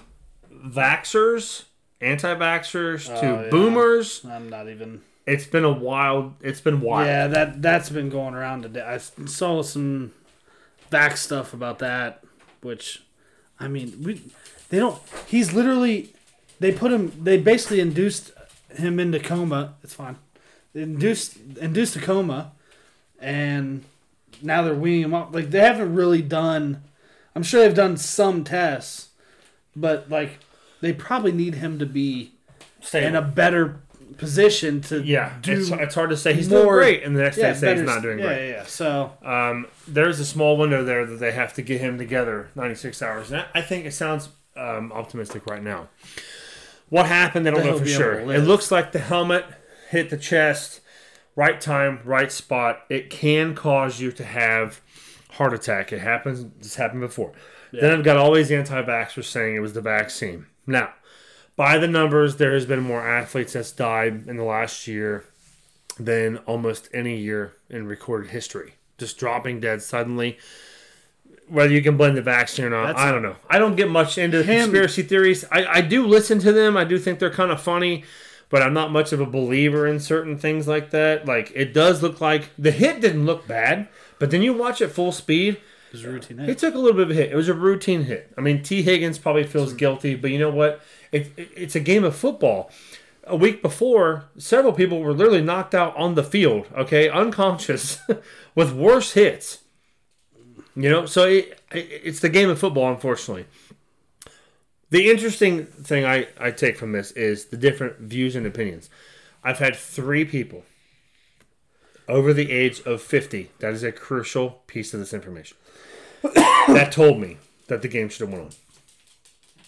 A: vaxxers, anti vaxxers, to
B: Oh, yeah.
A: boomers.
B: I'm not even.
A: It's been a wild, it's been wild.
B: Yeah, that that's been going around today. I saw some back stuff about that, which I mean, we they don't. He's literally they put him. They basically induced him into coma. It's fine. They induced induced a coma, and now they're weaning him off. Like they haven't really done. I'm sure they've done some tests, but like they probably need him to be
A: Stay
B: in a better position to
A: Yeah,
B: do
A: it's, it's hard to say he's doing
B: more-
A: great, and the next day
B: yeah,
A: say he's
B: better-
A: not doing
B: yeah,
A: great.
B: Yeah, yeah. So
A: Um, there's a small window there that they have to get him together, 96 hours, and I- I think it sounds um, optimistic right now. What happened? They don't
B: That
A: know
B: he'll
A: for
B: be
A: sure.
B: able to
A: It
B: live.
A: looks like the helmet hit the chest, right time, right spot. It can cause you to have heart attack. It happens. It's happened before. Then I've got all these anti-vaxxers saying it was the vaccine. Now, by the numbers, there has been more athletes that's died in the last year than almost any year in recorded history. Just dropping dead suddenly. Whether you can blame the vaccine or not,
B: That's-
A: I don't know. I don't get much into
B: Him-
A: conspiracy theories. I, I do listen to them. I do think they're kind of funny, but I'm not much of a believer in certain things like that. Like it does look like the hit didn't look bad, but then you watch it full speed.
B: it's routine.
A: He took a little bit of a hit. It was a routine hit. I mean, T. Higgins probably feels guilty, but you know what? It, it, it's a game of football. A week before, several people were literally knocked out on the field, okay, unconscious <laughs> with worse hits. You know, so it, it, it's the game of football, unfortunately. The interesting thing I, I take from this is the different views and opinions. I've had three people over the age of 50. That is a crucial piece of this information that told me that the game should have went on.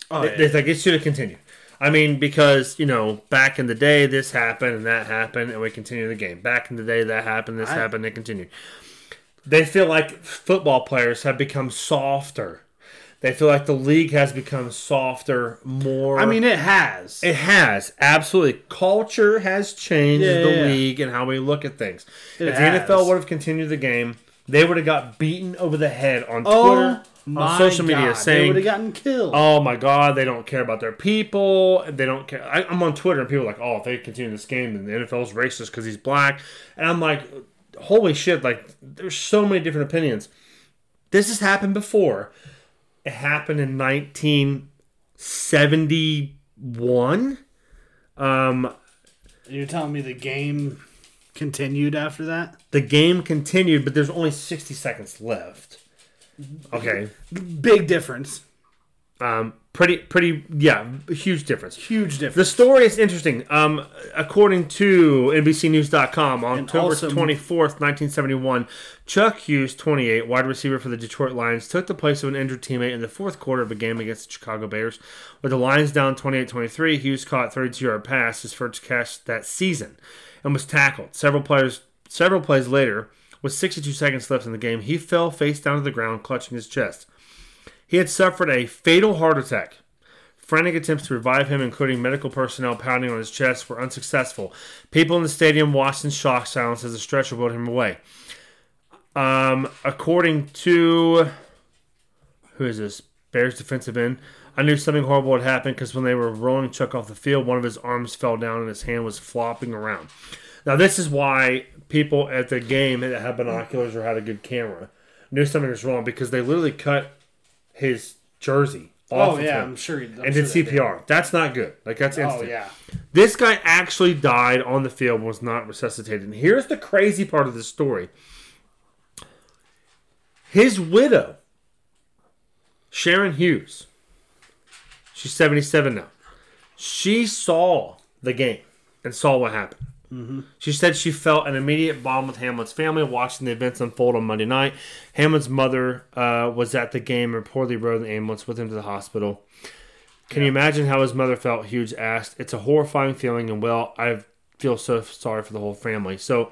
B: Oh,
A: It-
B: yeah.
A: It's like it should have continued. I mean, because you know, back in the day, this happened and that happened, and we continued the game. Back in the day, that happened, this
B: I-
A: happened, and it continued. They feel like football players have become softer. They feel like the league has become softer, more.
B: I mean, it has.
A: It has absolutely. Culture has changed
B: Yeah,
A: the
B: yeah, yeah.
A: league and how we look at things.
B: It
A: if
B: has.
A: the NFL would have continued the game, they would have got beaten over the head on
B: Oh
A: Twitter
B: My
A: social media
B: God, they
A: saying-
B: would have gotten killed.
A: oh my god, they don't care about their people. They don't care. I, I'm on Twitter and people are like, oh, if they continue this game, then the NFL's racist because he's black. And I'm like, holy shit, like, there's so many different opinions. This has happened before. It happened in 1971. Um,
B: You're telling me the game continued after that?
A: the game continued, but there's only 60 seconds left. Okay.
B: Big difference.
A: Um, pretty, pretty, yeah, huge difference.
B: Huge
A: The
B: difference.
A: story is interesting. Um, according to NBCNews.com, on
B: And
A: October
B: also-
A: 24th, 1971, Chuck Hughes, 28, wide receiver for the Detroit Lions, took the place of an injured teammate in the fourth quarter of a game against the Chicago Bears. With the Lions down 28 23, Hughes caught 32 yard pass, his first catch that season, and was tackled. Several players, several plays later, with 62 seconds left in the game, he fell face down to the ground, clutching his chest. He had suffered a fatal heart attack. Frantic attempts to revive him, including medical personnel pounding on his chest, were unsuccessful. People in the stadium watched in shock silence as the stretcher wheeled him away. Um, according to who is this? Bears defensive end. I knew something horrible had happened because when they were rolling Chuck off the field, one of his arms fell down and his hand was flopping around. Now this is why people at the game that had binoculars or had a good camera knew something was wrong because they literally cut his jersey off
B: Oh
A: of
B: yeah,
A: him
B: I'm sure. I'm
A: and
B: sure
A: did
B: they
A: CPR. That's not good. Like that's
B: Oh
A: instant.
B: yeah.
A: This guy actually died on the field and was not resuscitated. And here's the crazy part of this story. His widow, Sharon Hughes, she's 77 now. She saw the game and saw what happened. She said she felt an immediate bond with Hamlin's family watching the events unfold on Monday night. Hamlin's mother uh, was at the game and reportedly rode in the ambulance with him to the hospital. Can you imagine how his mother felt? Hughes asked. It's a horrifying feeling, and well, I feel so sorry for the whole family. So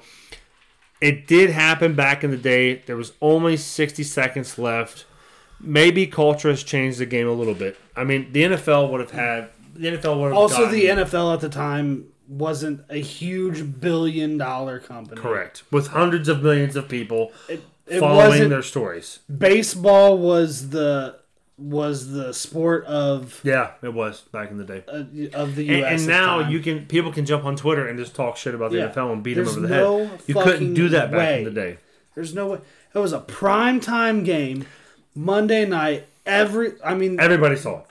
A: it did happen back in the day. There was only 60 seconds left. Maybe culture has changed the game a little bit. I mean, the NFL would have had. The NFL would have
B: Also,
A: gotten-
B: the NFL at the time wasn't a huge billion dollar company.
A: Correct. With hundreds of millions of people
B: it
A: following
B: wasn't-
A: their stories.
B: Baseball was the was the sport of
A: Yeah, it was back in the day.
B: uh, of the
A: And,
B: U.S.
A: and
B: at
A: now
B: the time.
A: you can people can jump on Twitter and just talk shit about the
B: Yeah.
A: NFL and beat
B: There's
A: them over the
B: no
A: head. You couldn't do that
B: fucking
A: back
B: way.
A: in the day.
B: there's no way it was a prime time game Monday night. Every I mean,
A: Everybody saw it.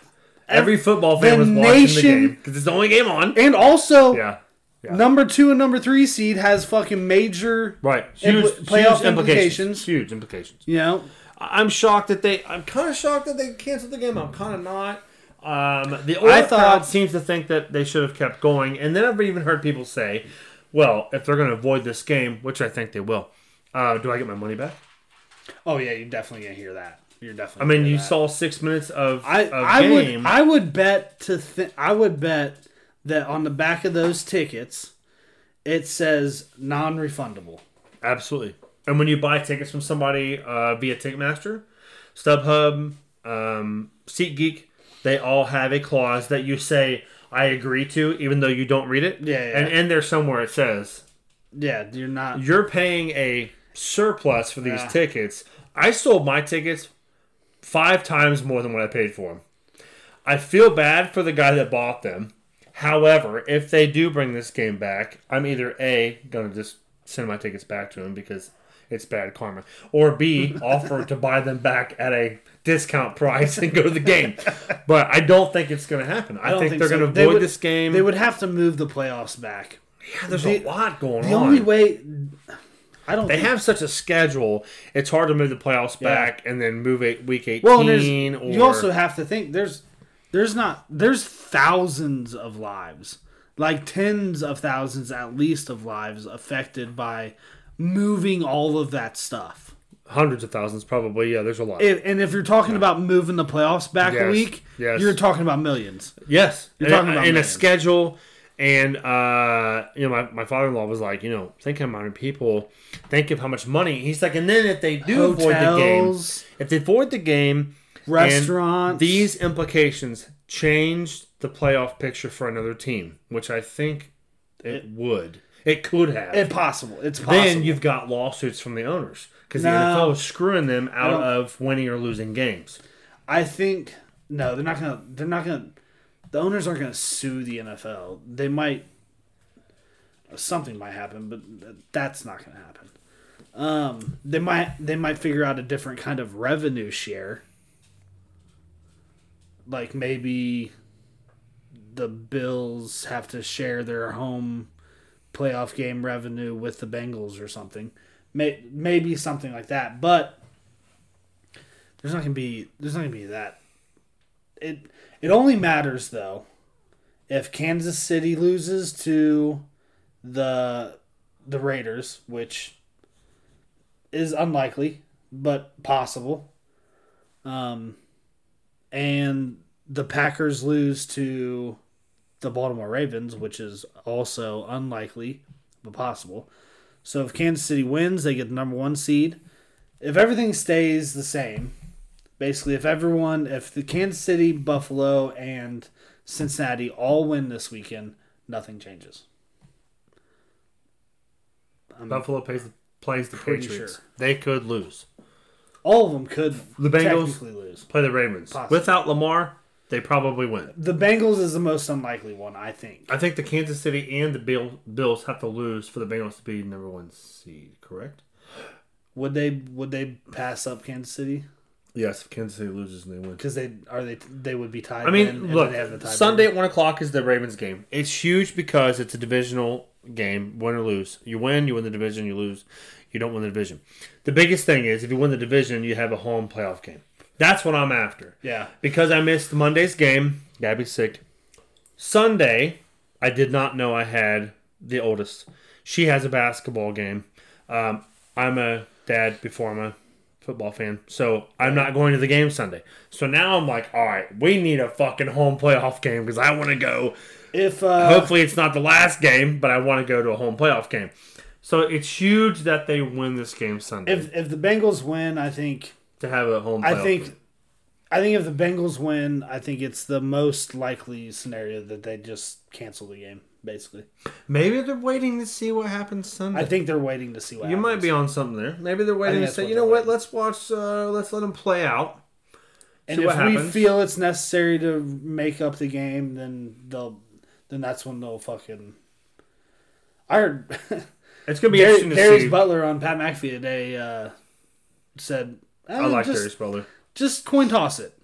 A: Every football fan
B: the
A: was watching the
B: nation-
A: game because it's the only game on.
B: and also
A: Yeah, yeah.
B: number two and number three seed has fucking major
A: right. Huge,
B: Impl-
A: huge
B: playoff
A: implications.
B: implications.
A: Huge implications.
B: You know,
A: I- I'm shocked that they. I'm kind of shocked that they canceled the game. I'm kind of not. Um, the
B: I
A: old
B: thought-
A: crowd seems to think that they should have kept going, and then I've even heard people say, "Well, if they're going to avoid this game, which I think they will, uh, do I get my money back?"
B: Oh yeah, you're definitely gonna hear that. You're
A: I
B: definitely.
A: mean,
B: gonna
A: you
B: hear that.
A: saw six minutes of
B: I
A: of
B: I
A: game.
B: would I would bet to th- I would bet that on the back of those tickets, it says non-refundable.
A: Absolutely. And when you buy tickets from somebody uh, via Ticketmaster, StubHub, um, SeatGeek, they all have a clause that you say "I agree to," even though you don't read it.
B: Yeah, yeah.
A: And in there somewhere it says
B: Yeah, you're not.
A: you're paying a surplus for these
B: Yeah.
A: tickets. I sold my tickets five times more than what I paid for them. I feel bad for the guy that bought them. However, if they do bring this game back, I'm either A, going to just send my tickets back to him because it's bad karma, or
B: <laughs>
A: B, offer to buy them back at a discount price and go to the game. But I don't think it's going to happen. I,
B: don't
A: think,
B: think
A: they're
B: so.
A: going to
B: They
A: avoid
B: would-
A: this game.
B: They would have to move the playoffs back.
A: yeah, there's a
B: the-
A: lot going on.
B: The only way. I don't.
A: They
B: think,
A: have such a schedule; it's hard to move the playoffs
B: Yeah.
A: back and then move it week eighteen.
B: Well, and there's,
A: or,
B: you also have to think there's there's not there's thousands of lives, like tens of thousands at least of lives affected by moving all of that stuff.
A: hundreds of thousands, probably. Yeah, there's a lot.
B: If, and if you're talking about moving the playoffs back
A: Yes,
B: a week,
A: yes.
B: you're talking about millions.
A: yes, you're
B: talking about
A: in a
B: millions.
A: schedule, and uh, you know, my, my father-in-law was like, you know, think how many people, think of how much money. He's like, and then if they do avoid the game,
B: Hotels,
A: if they avoid the game, and
B: restaurants.
A: these implications changed the playoff picture for another team, which I think it would. It could have.
B: It's possible. It's possible.
A: then you've got lawsuits from the owners because
B: No.
A: the NFL is screwing them out
B: don't-
A: of winning or losing games.
B: I think no, they're not gonna. They're not gonna. The owners aren't gonna sue the NFL. They might. Something might happen, but th- that's not gonna happen. Um, they might. They might figure out a different kind of revenue share. Like maybe the Bills have to share their home playoff game revenue with the Bengals or something. May, maybe something like that, but there's not gonna be there's not gonna be that. It it only matters though if Kansas City loses to the the Raiders, which is unlikely but possible. Um, and the Packers lose to the Baltimore Ravens, which is also unlikely but possible. So if Kansas City wins, they get the number one seed. If everything stays the same, basically if everyone if the kansas city buffalo and cincinnati all win this weekend nothing changes
A: Buffalo plays the, plays the
B: Pretty
A: Patriots.
B: sure.
A: They could lose.
B: all of them could
A: The Bengals-
B: technically lose
A: Play the Ravens.
B: Possible.
A: Without Lamar, they probably win.
B: the bengals is the most unlikely one i think
A: I think the Kansas City and the Bill, Bills have to lose for the Bengals to be number one seed. Correct?
B: would they would they pass up kansas city
A: Yes. If Kansas City loses, and they win.
B: because they are they they would be tied
A: I
B: then, and
A: mean,
B: then
A: look,
B: they have the tiebreaker.
A: Sunday at one o'clock is the Ravens game. It's huge because it's a divisional game, win or lose. You win, you win the division. You lose, you don't win the division. The biggest thing is if you win the division, you have a home playoff game. That's what I'm after.
B: yeah
A: Because I missed Monday's game, Gabby's sick. Sunday, I did not know I had the oldest. She has a basketball game. Um, I'm a dad before I'm a football fan, so I'm not going to the game Sunday. So now I'm like, all right, we need a fucking home playoff game because I want to go.
B: if uh
A: Hopefully, it's not the last game, but I want to go to a home playoff game. So it's huge that they win this game Sunday
B: if if the bengals win i think
A: to have a home. Playoff
B: I think,
A: game.
B: I think if the Bengals win, I think it's the most likely scenario that they just cancel the game. Basically,
A: maybe they're waiting to see what happens Sunday.
B: I think they're waiting to see what
A: You
B: happens.
A: might be on something there. Maybe they're waiting
B: I
A: to
B: think that's
A: say,
B: what
A: you
B: they're
A: know what?
B: waiting.
A: Let's watch. Uh, let's let them play out.
B: And
A: see
B: if
A: what
B: we
A: happens.
B: feel it's necessary to make up the game, then they'll then that's when they'll fucking. I heard <laughs>
A: It's gonna be
B: Dar-
A: interesting to
B: Darius
A: see.
B: Butler on Pat McAfee today uh, said, eh,
A: I like
B: just,
A: Darius Butler. <laughs>
B: Just coin toss it.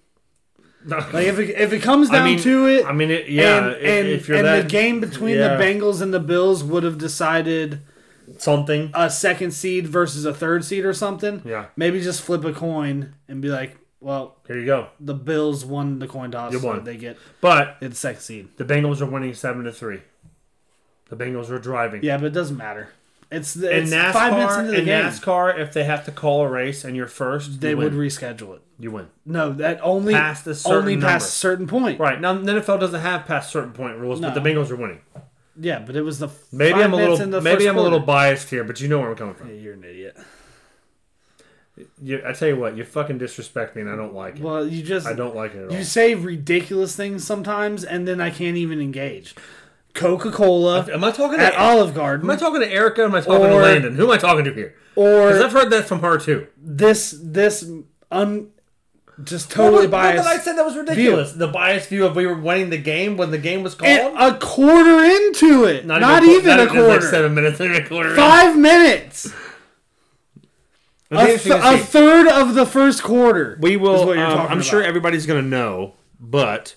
B: Like if it, if it comes down
A: mean,
B: to it,
A: I mean, it, yeah.
B: and
A: i-
B: and,
A: if you're
B: and
A: that
B: the game between
A: yeah.
B: the Bengals and the Bills would have decided
A: something,
B: a second seed versus a third seed or something.
A: Yeah.
B: Maybe just flip a coin and be like, well,
A: here you go.
B: the Bills won the coin toss.
A: You
B: so
A: won.
B: They get
A: But
B: it's second seed.
A: the Bengals are winning seven to three. The Bengals are driving.
B: Yeah, but it doesn't matter. It's, the,
A: In
B: it's five minutes
A: NASCAR,
B: into the
A: in
B: game.
A: NASCAR, if they have to call a race and you're first,
B: they
A: you
B: would
A: win.
B: reschedule it.
A: you win.
B: No, that only
A: Past a certain
B: only
A: number.
B: past a certain point.
A: Right now, the NFL doesn't have past certain point rules, but
B: No.
A: the Bengals are winning.
B: Yeah, but it was the f-
A: Maybe
B: five
A: I'm a
B: minutes in
A: little,
B: the
A: maybe
B: first
A: I'm a little
B: quarter.
A: biased here, but you know where I'm coming from.
B: Yeah, you're an idiot.
A: You, I tell you what, you fucking disrespect me, and I don't like it.
B: Well, you just
A: I don't like it at all.
B: you say ridiculous things sometimes, and then I can't even engage. Coca Cola
A: Am I talking
B: at
A: to?
B: Olive
A: am I
B: Garden,
A: talking to Erica? Am I talking to
B: Or-
A: Landon? Who am I talking to here?
B: or
A: Because I've heard that from her too.
B: this this un just totally biased.
A: What did I said that was ridiculous? The biased view of we were winning the game when the game was called.
B: And a quarter into it, not, even,
A: uh, not
B: a quarter,
A: Like seven minutes in a quarter.
B: five minutes,
A: It'll be
B: a,
A: interesting
B: th-
A: to
B: a
A: see.
B: third of the first quarter.
A: we
B: is
A: will.
B: what you're
A: um,
B: talking
A: I'm sure
B: about.
A: everybody's going to know, but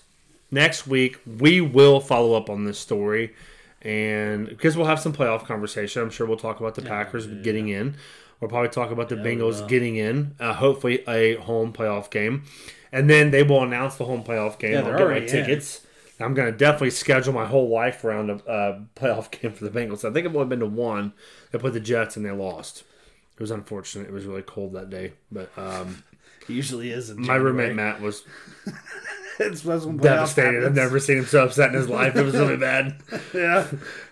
A: next week we will follow up on this story, and because we'll have some playoff conversation, I'm sure we'll talk about the Packers getting in. We'll probably talk about the Bengals getting in. Uh, hopefully, a home playoff game, and then they will announce the home playoff game.
B: Yeah,
A: I'll
B: they're
A: get my
B: already in.
A: tickets. I'm going to definitely schedule my whole life around a uh, playoff <laughs> game for the Bengals. I think I've only been to one. They played the Jets and they lost. It was unfortunate. It was really cold that day, but um,
B: usually is. In
A: my roommate
B: January.
A: Matt was <laughs>
B: It's- that's when playoff
A: devastated. I've
B: happens.
A: never seen him so upset in his life. It was <laughs> really bad. <laughs>
B: Yeah,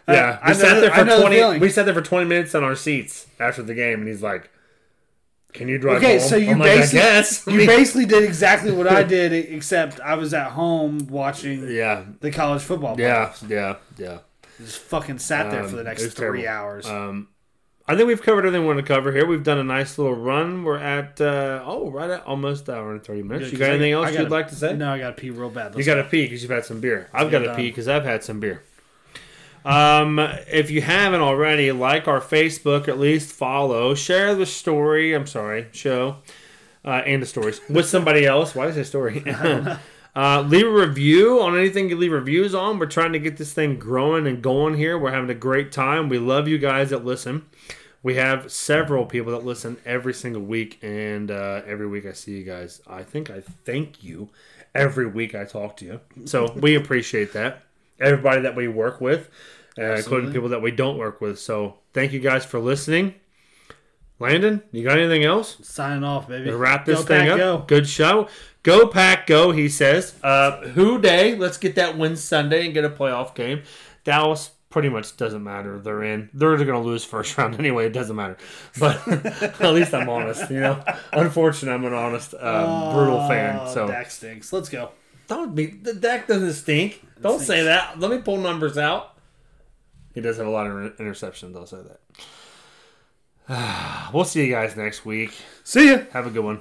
A: Yeah, we
B: I know
A: sat
B: the-
A: there
B: I
A: for
B: know the
A: twenty.
B: feeling.
A: We sat there for twenty minutes on our seats after the game, and he's like, "Can you drive?"
B: Okay,
A: home?"
B: so you
A: I'm like, I
B: basically-
A: guess. <laughs> I
B: you
A: mean,
B: basically did exactly what I did, e- except I was at home watching
A: yeah,
B: the college football.
A: yeah, yeah, yeah.
B: Just fucking sat there for the next
A: Um, it was
B: three
A: terrible.
B: hours.
A: Um, I think we've covered everything we want to cover here. We've done a nice little run. We're at uh, oh, right at almost hour and thirty minutes.
B: Good,
A: you
B: 'cause
A: got
B: I-
A: anything
B: I
A: else
B: gotta-
A: you'd like to say?
B: No, I got to pee real bad.
A: You
B: Let's
A: got to pee because you've had some beer. I've got to
B: done.
A: pee because I've had some beer. Um, if you haven't already, like our Facebook, at least follow, share the story. I'm sorry, show, uh, and the stories with somebody else. Why is it story? Uh, leave a review on anything you leave reviews on. We're trying to get this thing growing and going here. We're having a great time. We love you guys that listen. We have several people that listen every single week, and uh, every week I see you guys. I think I thank you every week I talk to you. So we appreciate that. Everybody that we work with, uh, including people that we don't work with. So thank you guys for listening. Landon, you got anything else?
B: Signing off, baby.
A: to wrap this
B: Go
A: thing
B: Pack,
A: up.
B: Go.
A: Good show. Go pack, go. He says, uh, "Who day? Let's get that win Sunday and get a playoff game." Dallas pretty much doesn't matter. They're in. They're going to lose first <laughs> round anyway. It doesn't matter. But <laughs> at least I'm honest. You know, unfortunately, I'm an honest, uh, brutal fan.
B: Oh,
A: So
B: Dak stinks. Let's go.
A: don't be. The deck doesn't stink. Don't say that. Let me pull numbers out. He does have a lot of inter- interceptions. I'll say that. <sighs> we'll see you guys next week.
B: See ya.
A: Have a good one.